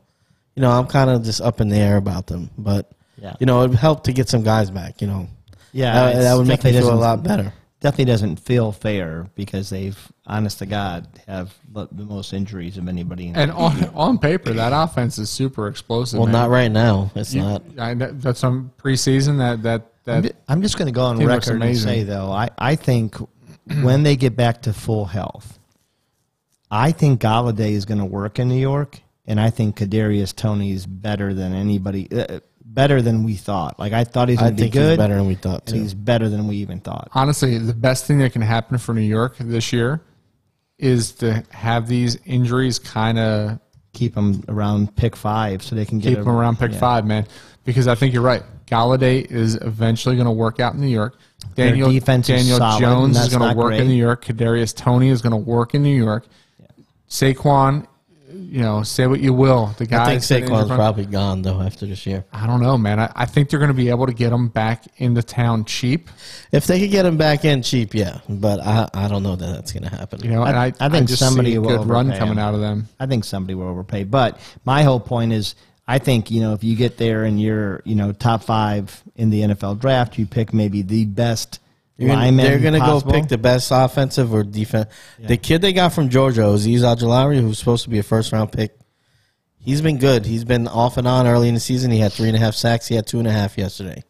you know, I'm kind of just up in the air about them. But,
Yeah.
you know, it helped to get some guys back, you know.
yeah,
That-
it's
that would make me
definitely
feel a
doesn't-
lot better.
Definitely doesn't feel fair because they've, honest to God, have the the most injuries of anybody. In
And on on paper, that offense is super explosive.
Well,
man.
not right now. It's
You-
not.
I, that- that's some preseason that that
I'm
that
ju- I'm just going to go on
Team looks
record and
amazing.
say, though, I, I think when they get back to full health, I think Galladay is going to work in New York, and I think Kadarius Tony is better than anybody, uh, better than we thought. Like I thought he's
I
going to be
think
good,
he's better than we thought,
and
too.
he's better than we even thought.
honestly the best thing that can happen for New York this year is to have these injuries kind of
Keep him around pick five so they can get
keep him
a-
around pick
yeah.
five, man. Because I think you're right. Galladay is eventually going to work out in New York.
Their
Daniel
defense is
Daniel
solid, and
Jones is
that's
going
not
to work
great.
in New York. Kadarius Tony is going to work in New York. Saquon, you know, say what you will. The guy
I think Saquon's probably gone, though, after this year.
I don't know, man. I, I think they're going to be able to get him back into town cheap.
If they could get him back in cheap, yeah. But I, I don't know that that's going to happen.
You know, and
I-
I,
I think
just
somebody
see a
will
good run
overpay
coming
him.
out of them.
I think somebody will overpay. But my whole point is, I think you know if you get there and you're you know top five in the NFL draft, you pick maybe the best
You're gonna-
lineman.
they're going to go
possible.
pick the best offensive or defense. The kid they got from Georgia, Aziz Ajalari, who's supposed to be a first round pick, he's been good. He's been off and on early in the season. He had three and a half sacks. He had two and a half yesterday.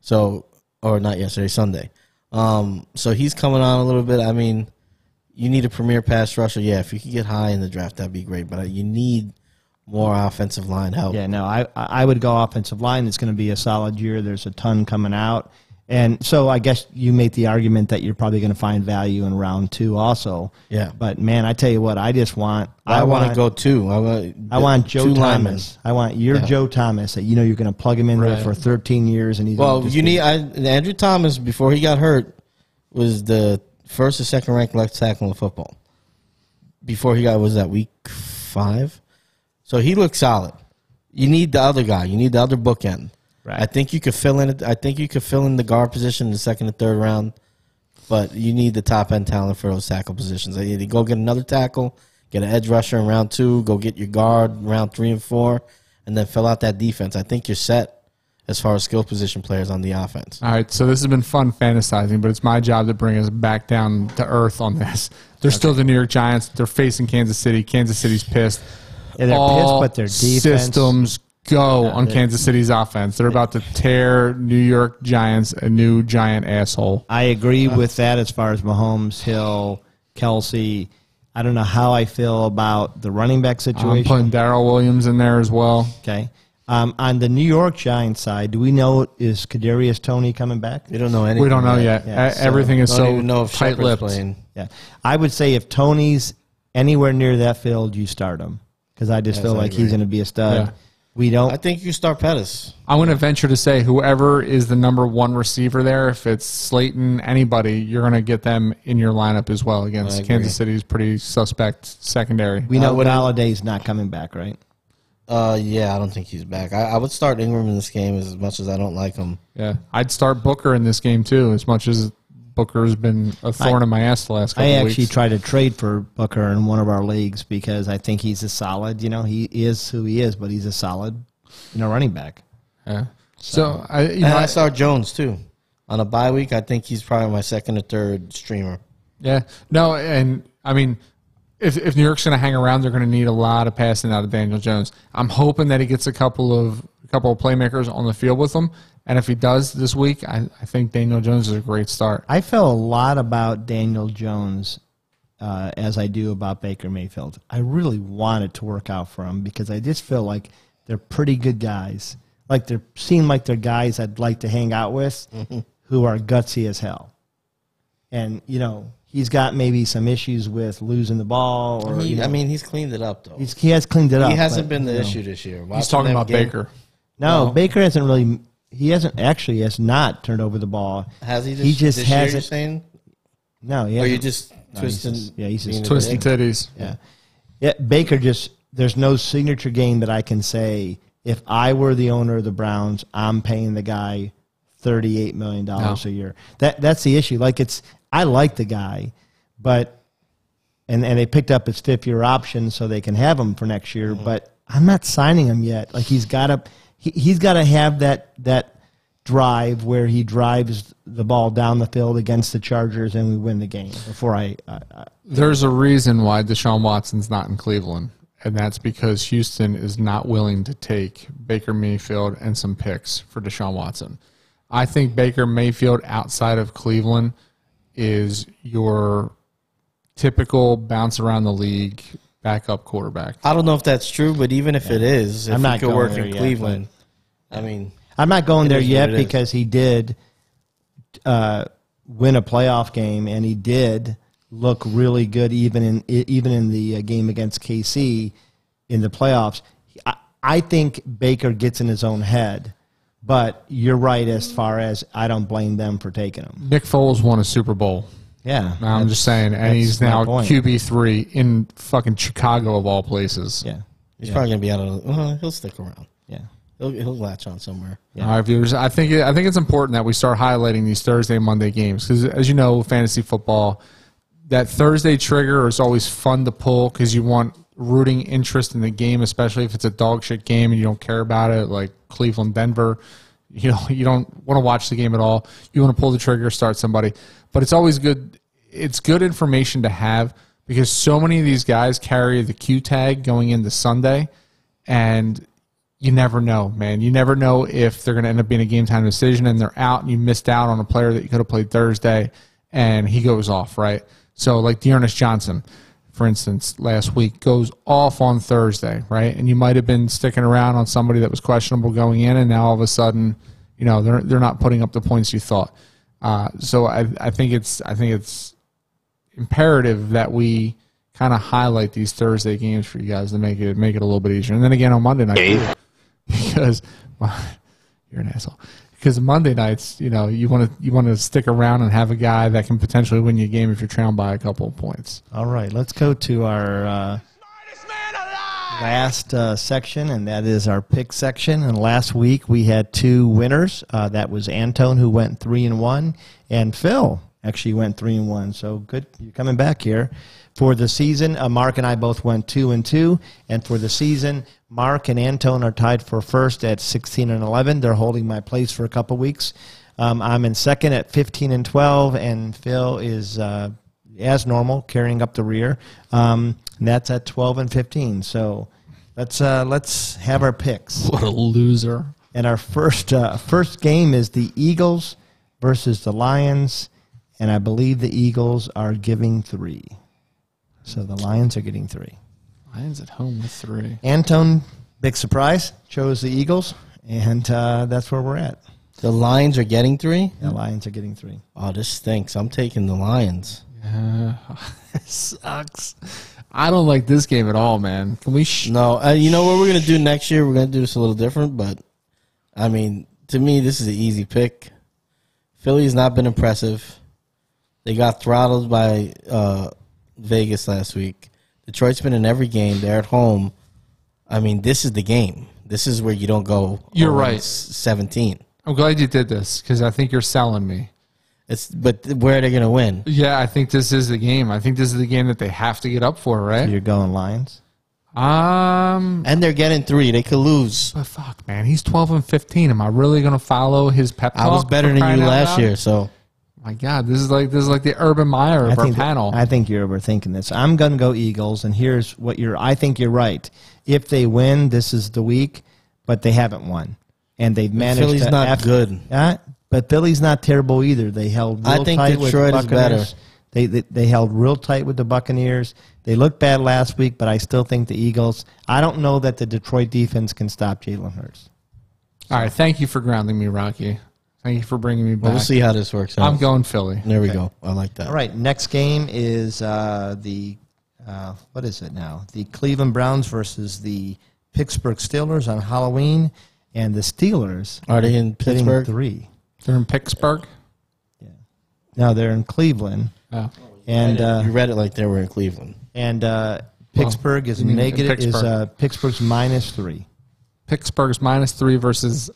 So, or not yesterday, Sunday. Um, so he's coming on a little bit. I mean, you need a premier pass rusher. Yeah, if you could get high in the draft, that'd be great. But uh, you need more offensive line help.
Yeah, no, I I would go offensive line. It's going to be a solid year. There's a ton coming out, and so I guess you make the argument that you're probably going to find value in round two also.
Yeah.
but man, I tell you what, I just want
I, want to
want-
go too. I want.
I want
two
Joe Thomas.
linemen.
I want your
Yeah.
Joe Thomas that you know you're going to plug him in there
Right.
for 13 years, and he's gonna
Well,
just
you
be-
need I, Andrew Thomas before he got hurt was the first or second ranked left tackle in football. before he got was that week five, so he looked solid. You need the other guy. You need the other bookend.
Right.
I think you could fill in. I think you could fill in the guard position in the second and third round, but you need the top end talent for those tackle positions. You need to go get another tackle, get an edge rusher in round two, go get your guard in round three and four, and then fill out that defense. I think you're set as far as skill position players on the offense.
All right, so this has been fun fantasizing, but it's my job to bring us back down to earth on this. They're still the New York Giants. They're facing Kansas City. Kansas City's pissed.
Yeah, they're
All
pissed, but their defense-
systems go on Kansas City's offense. They're about to tear New York Giants a new giant asshole.
I agree with that as far as Mahomes, Hill, Kelsey. I don't know how I feel about the running back
I'm
situation.
putting Daryl Williams in there as well.
okay. Um, on the New York Giants side, do we know is Kadarius Tony coming back?
We don't know anything.
We don't know yet.
yeah,
E-
so
Everything is
Don't
so
even know if Shepard's
tight-lipped.
playing.
Yeah, I would say if Tony's anywhere near that field, you start him because I just feel
I
like
agree.
he's going to be a stud.
Yeah.
We don't.
I think you start Pettis.
I'm going to venture to say whoever is the number one receiver there, if it's Slayton, anybody, you're going to get them in your lineup as well against Kansas City's pretty suspect secondary.
we
I
know
wouldn't-
Galladay's not coming back, right?
Uh, yeah, I don't think he's back. I, I would start Ingram in this game as much as I don't like him.
yeah, I'd start Booker in this game too, as much as Booker's been a thorn in my ass the last couple
I
of
actually
weeks.
tried to trade for Booker in one of our leagues because I think he's a solid. You know, he is who he is, but he's a solid, you know, running back.
yeah. So I, you know,
And I
uh,
I,
start Jones too. On a bye week, I think he's probably my second or third streamer.
yeah, no, and I mean, if if New York's going to hang around, they're going to need a lot of passing out of Daniel Jones. I'm hoping that he gets a couple of a couple of playmakers on the field with him, and if he does this week, I, I think Daniel Jones is a great start.
I feel a lot about Daniel Jones uh, as I do about Baker Mayfield. I really want it to work out for him because I just feel like they're pretty good guys. Like they seem like they're guys I'd like to hang out with
Mm-hmm.
who are gutsy as hell. And, you know, he's got maybe some issues with losing the ball or, you
He-
know,
I mean, he's cleaned it up though.
he's, he has cleaned it up.
he hasn't
but,
been the
you know.
issue this year.
He's talking about Baker.
No, Baker hasn't really. He hasn't actually has not turned over the ball.
Has he? This,
He just
this year,
hasn't-
You're saying?
No, he
Or
hasn't.
you Oh, just
No, he's
twisting?
just- yeah, he's just
being a
Twisting
dick?
titties.
Yeah. Yeah, Baker just there's no signature game that I can say if I were the owner of the Browns, I'm paying the guy thirty eight million dollars a year. That that's the issue. Like it's I like the guy, but and, and they picked up his fifth year option so they can have him for next year, but I'm not signing him yet. Like he's gotta he, he's gotta have that that drive where he drives the ball down the field against the Chargers and we win the game before I, I, I
There's a reason why Deshaun Watson's not in Cleveland, and that's because Houston is not willing to take Baker Mayfield and some picks for Deshaun Watson. I think Baker Mayfield outside of Cleveland is your typical bounce around the league backup quarterback.
I don't know if that's true, but even if it is, if
I'm
I'm
not
not could work
going
in
there yet,
Cleveland, I mean,
I'm not going there
is what
yet
it is.
because he did uh, win a playoff game and he did look really good even in even in the uh, game against KC in the playoffs. I, I think Baker gets in his own head, but you're right as far as I don't blame them for taking him.
Nick Foles won a Super Bowl.
Yeah,
I'm just saying, and
that's
he's
my
now
point.
QB three in fucking Chicago of all places.
yeah,
he's probably gonna be out of. Well, he'll stick around.
yeah.
He'll, he'll latch on somewhere.
Yeah.
All right, viewers. I think I think it's important that we start highlighting these Thursday Monday games because, as you know, fantasy football, that Thursday trigger is always fun to pull because you want rooting interest in the game, especially if it's a dog shit game and you don't care about it, like Cleveland Denver. You know, you don't want to watch the game at all. You want to pull the trigger, start somebody, but it's always good. It's good information to have because so many of these guys carry the Q tag going into Sunday, and you never know, man. You never know if they're going to end up being a game time decision and they're out and you missed out on a player that you could have played Thursday and he goes off, right? So, like Dearness Johnson, for instance, last week goes off on Thursday, right? And you might have been sticking around on somebody that was questionable going in and now all of a sudden, you know, they're, they're not putting up the points you thought. Uh, so I, I think it's I think it's imperative that we kind of highlight these Thursday games for you guys to make it make it a little bit easier. And then again on Monday night, too, because well, you're an asshole. because Monday nights, you know, you want to you want to stick around and have a guy that can potentially win you a game if you're trailing by a couple of points.
All right, let's go to our uh, last uh, section, and that is our pick section. And last week we had two winners. Uh, that was Antone, who went three and one, and Phil actually went three and one. So good, you're coming back here for the season. Uh, Mark and I both went two and two, and for the season, Mark and Antone are tied for first at sixteen and eleven. They're holding my place for a couple weeks. Um, I'm in second at 15 and 12, and Phil is uh, as normal, carrying up the rear. Um, and that's at 12 and 15. So let's uh, let's have our picks.
What a loser!
And our first uh, first game is the Eagles versus the Lions, and I believe the Eagles are giving three. So the Lions are getting three.
Lions at home with three.
Antone, big surprise, chose the Eagles, and uh, that's where we're at.
The Lions are getting three.
The Lions are getting three.
Oh, this stinks. I'm taking the Lions.
Uh, sucks. I don't like this game at all, man. Can we? Sh-
No, uh, you know what we're gonna do next year? We're gonna do this a little different, but I mean, to me, this is an easy pick. Philly's not been impressive. They got throttled by uh, Vegas last week. Detroit's been in every game. They're at home. I mean, this is the game. This is where you don't go.
You're
on
right.
s- Seventeen.
I'm glad you did this because I think you're selling me.
It's but th- where are they gonna win?
Yeah, I think this is the game. I think this is the game that they have to get up for, right?
You're going Lions.
Um,
And they're getting three. They could lose.
but fuck, man, he's 12 and 15. Am I really gonna follow his pep talk?
I was
for
better than
crying
you
out
last
loud?
year, so
My God, this is like this is like the Urban Meyer of
I
our
think,
panel.
I think you're overthinking this. I'm going to go Eagles, and here's what you're. I think you're right. If they win, this is the week, but they haven't won, and they've managed.
Philly's
to
not
af-
good.
Uh, but Philly's not terrible either. They held. Real
I think
tight
Detroit
with
is
the Buccaneers.
better.
They, they they held real tight with the Buccaneers. They looked bad last week, but I still think the Eagles. I don't know that the Detroit defense can stop Jalen Hurts.
all right, thank you for grounding me, Rocky. Thank you for bringing me back.
we'll see how this works out.
I'm going Philly.
There we go. I like that.
All right, next game is uh, the uh, what is it now? The Cleveland Browns versus the Pittsburgh Steelers on Halloween, and the Steelers
Are they in
getting
Pittsburgh?
three.
They're in Pittsburgh.
No, they're in Cleveland,
Oh.
and uh,
you read it like they were in Cleveland.
and uh, Pittsburgh is
you mean in
negative. Is
Pittsburgh.
uh, Pittsburgh's minus three?
Pittsburgh's minus three versus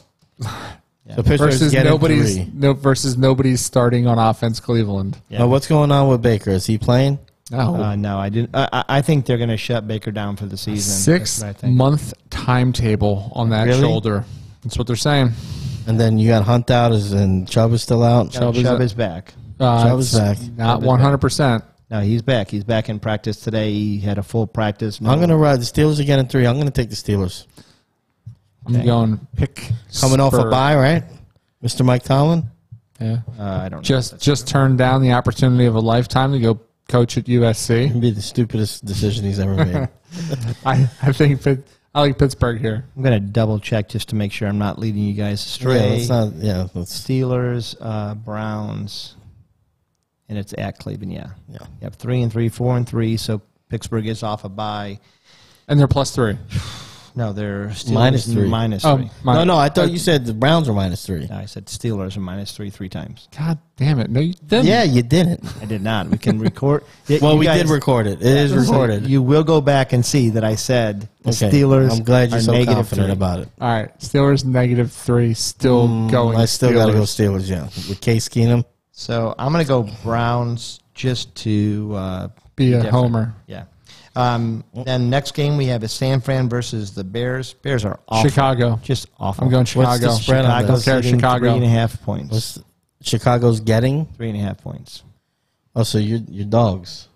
So Pittsburgh's
versus
getting
nobody's
three.
no versus nobody's starting on offense. Cleveland. Oh,
Now, what's going on with Baker? Is he playing? Oh.
No.
Uh, no, I didn't. I, I- I think they're going to shut Baker down for the season.
six
That's what I think.
month timetable on that
Really?
shoulder. That's what they're saying.
And then you got Hunt out, is and Chubb is still out.
No,
Chubb is
Chubb
a-
is back.
Uh,
Chubb is
it's
back.
Not one hundred percent.
No, he's back. He's back in practice today. He had a full practice. No-
I'm gonna ride the Steelers again in three. I'm gonna take the Steelers.
I'm going pick
Coming off a
Spur.
bye, right? Mr. Mike Tomlin.
Yeah.
Uh, I don't. know.
Just just turned down the opportunity of a lifetime to go coach at USC.
It'd be the stupidest decision he's ever made.
I, I think Pitt, I like Pittsburgh here.
I'm going to double check just to make sure I'm not leading you guys
yeah,
astray.
it's not. Yeah, it's,
Steelers, uh, Browns, and it's at Cleveland. Yeah.
yeah.
Yep. Three and three, four and three. So Pittsburgh is off a bye.
And they're plus three.
No, they're Steelers
Minus three. Um,
Minus
Oh,
three.
my-
no, no. I thought you said the Browns were minus three.
No, I said Steelers are minus three three times.
God damn it. No, you didn't.
Yeah, you didn't.
I did not. We can record. Yeah,
Well,
you
we
guys-
did record it. It is
Listen,
recorded.
You will go back and see that I said the
Okay.
Steelers.
I'm glad you're
are
so
negative
confident
three.
about it.
All right. Steelers negative three. Still going.
Mm, I still got to
Steelers.
go Steelers. Yeah, with Case Keenum.
So I'm going to go Browns just to uh,
Be a
different.
homer.
Yeah. Um, then next game we have is San Fran versus the Bears. Bears are awful.
Chicago.
Just awful.
I'm going Chicago.
the spread on
I don't
this?
care.
Getting Three and a
Chicago.
half points.
What's Chicago's getting?
three and a half points.
Oh, so your your dogs.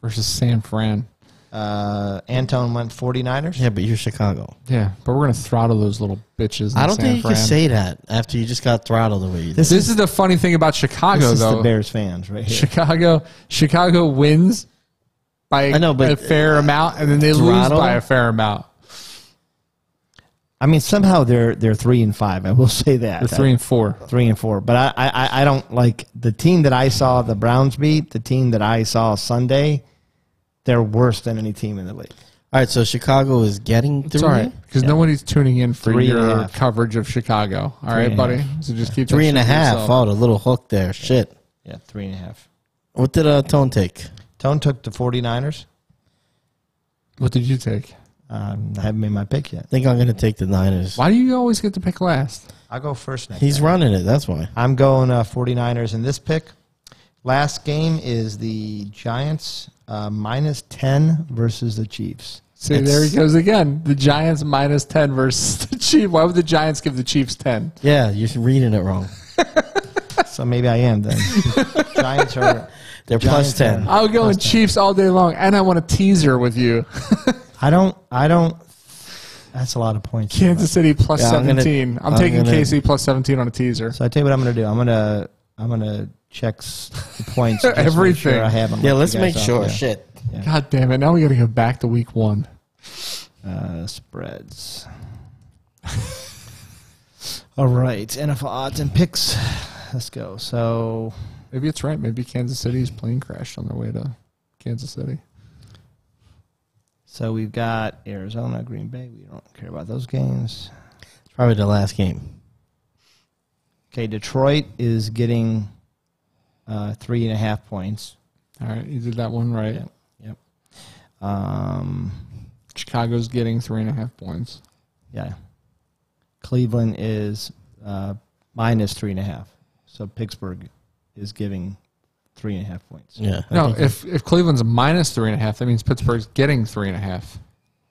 Versus San Fran.
Uh, Antone went 49ers.
Yeah, but you're Chicago.
Yeah, but we're gonna throttle those little bitches. In
I don't
San
think you
Fran.
can say that after you just got throttled the way you did.
this, is the funny thing about Chicago,
This is the
though.
Bears fans right here.
Chicago, Chicago wins by
I know, but- uh,
a fair amount, and then they
Throttle?
lose by a fair amount.
I mean, somehow they're they're three and five. I will say that Uh,
They're three and four.
three and four. But I, I, I- I don't like the team that I saw the Browns beat. The team that I saw Sunday, they're worse than any team in the league.
All right, so Chicago is getting
It's
through.
all right because nobody's tuning in for
Three and a
your
half.
coverage of Chicago. All right,
and a
buddy. So just keep that
Three and a
shit to
half.
yourself.
Oh, the little hook there. Shit.
Yeah, three and a half.
What did uh, Tone take?
Tone took the 49ers.
What did you take?
Um, I haven't made my pick yet.
I think I'm going to take the Niners.
Why do you always get to pick last?
I'll go first next.
He's
time.
running it. That's why.
I'm going uh, 49ers in this pick. Last game is the Giants uh, minus 10 versus the Chiefs.
See, there he goes again. The Giants minus ten versus the Chiefs. Why would the Giants give the Chiefs ten?
Yeah, you're reading it wrong.
So maybe I am then. Giants are.
They're plus
Giants
10.
are-
I would go with Chiefs all day long, and I want a teaser with you.
I don't. I don't. That's a lot of points.
Kansas City plus
Yeah, I'm gonna-
seventeen. I'm,
I'm
taking
gonna-
KC plus seventeen on a teaser.
So I tell you what I'm going to do. I'm going to. I'm going to check s- the points. just to make
Everything.
sure I have them.
Yeah, let's make sure. Shit.
God damn it! Now we got to go back to week one.
Uh, spreads. All right, NFL odds and picks. Let's go. So
Maybe it's right. Maybe Kansas City's plane crashed on their way to Kansas City.
So we've got Arizona, Green Bay. We don't care about those games.
It's probably the last game.
Okay, Detroit is getting uh, three and a half points.
All right, you did that one right.
Yeah. Um,
Chicago's getting three and a half points.
yeah. Cleveland is uh, minus three and a half. So Pittsburgh is giving three and a half points.
Yeah. I
No,
think-
if if Cleveland's minus three and a half, that means Pittsburgh's getting three and a half.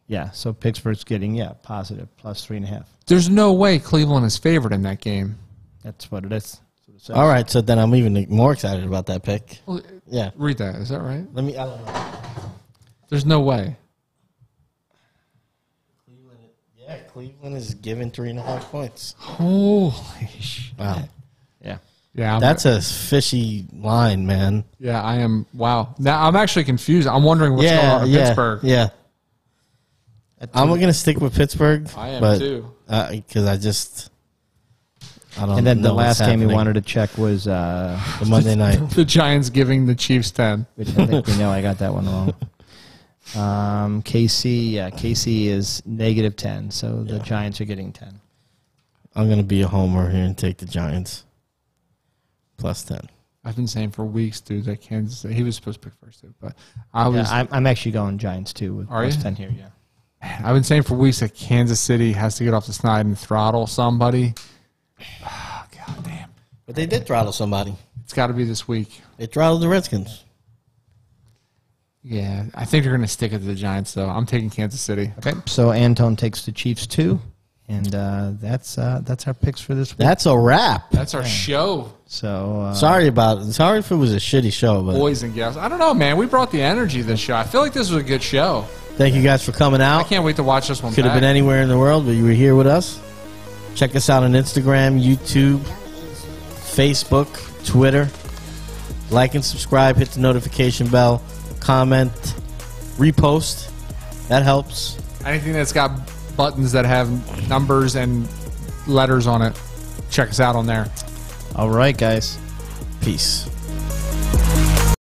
Yeah, so Pittsburgh's getting, yeah, positive, plus three and a half.
There's no way Cleveland is favored in that game.
That's what it is. That's what it says.
All right, so then I'm even more excited about that pick.
Well,
Yeah.
read that. Is that right?
Let me. I don't know.
There's no way.
Yeah, Cleveland is giving three and a half points.
Holy sh!
Wow.
Yeah.
Yeah, I'm-
That's a fishy line, man.
yeah. I am. Wow. Now I'm actually confused. I'm wondering what's
yeah,
going on in
yeah,
Pittsburgh.
Yeah. I'm going to stick with Pittsburgh.
I am
but,
too.
Because I just. I don't
And then
know
the
what's
last game we
happening.
wanted to check was, uh,
The Monday night.
The Giants giving the Chiefs ten.
which I think we know I got that one wrong. Um, KC, yeah, KC is negative 10, so the
Yeah.
Giants are getting 10.
I'm going to be a homer here and take the Giants. Plus 10.
I've been saying for weeks, dude, that Kansas City, he was supposed to pick first, too, but I was
Yeah, I'm, I'm actually going Giants too with
Are
plus
you?
10 here, yeah.
I've been saying for weeks that Kansas City has to get off the snide and throttle somebody. Oh, God damn.
But they did throttle somebody.
It's got to be this week.
They throttled the Redskins.
Yeah, I think they're going to stick it to the Giants, though. I'm taking Kansas City.
Okay, so Anton takes the Chiefs too, and uh, that's uh, that's our picks for this week.
That's a wrap.
That's our show,
so uh,
Sorry about it. Sorry if it was a shitty show, but
boys and gals. I don't know, man. We brought the energy this show. I feel like this was a good show.
thank you guys for coming
I
out.
can't wait to watch this one.
Could have been
back.
anywhere in the world, but you were here with us. Check us out on Instagram, YouTube, Facebook, Twitter. Like and subscribe. Hit the notification bell. Comment, repost. That helps.
anything that's got buttons that have numbers and letters on it. Check us out on there.
all right, guys.
Peace.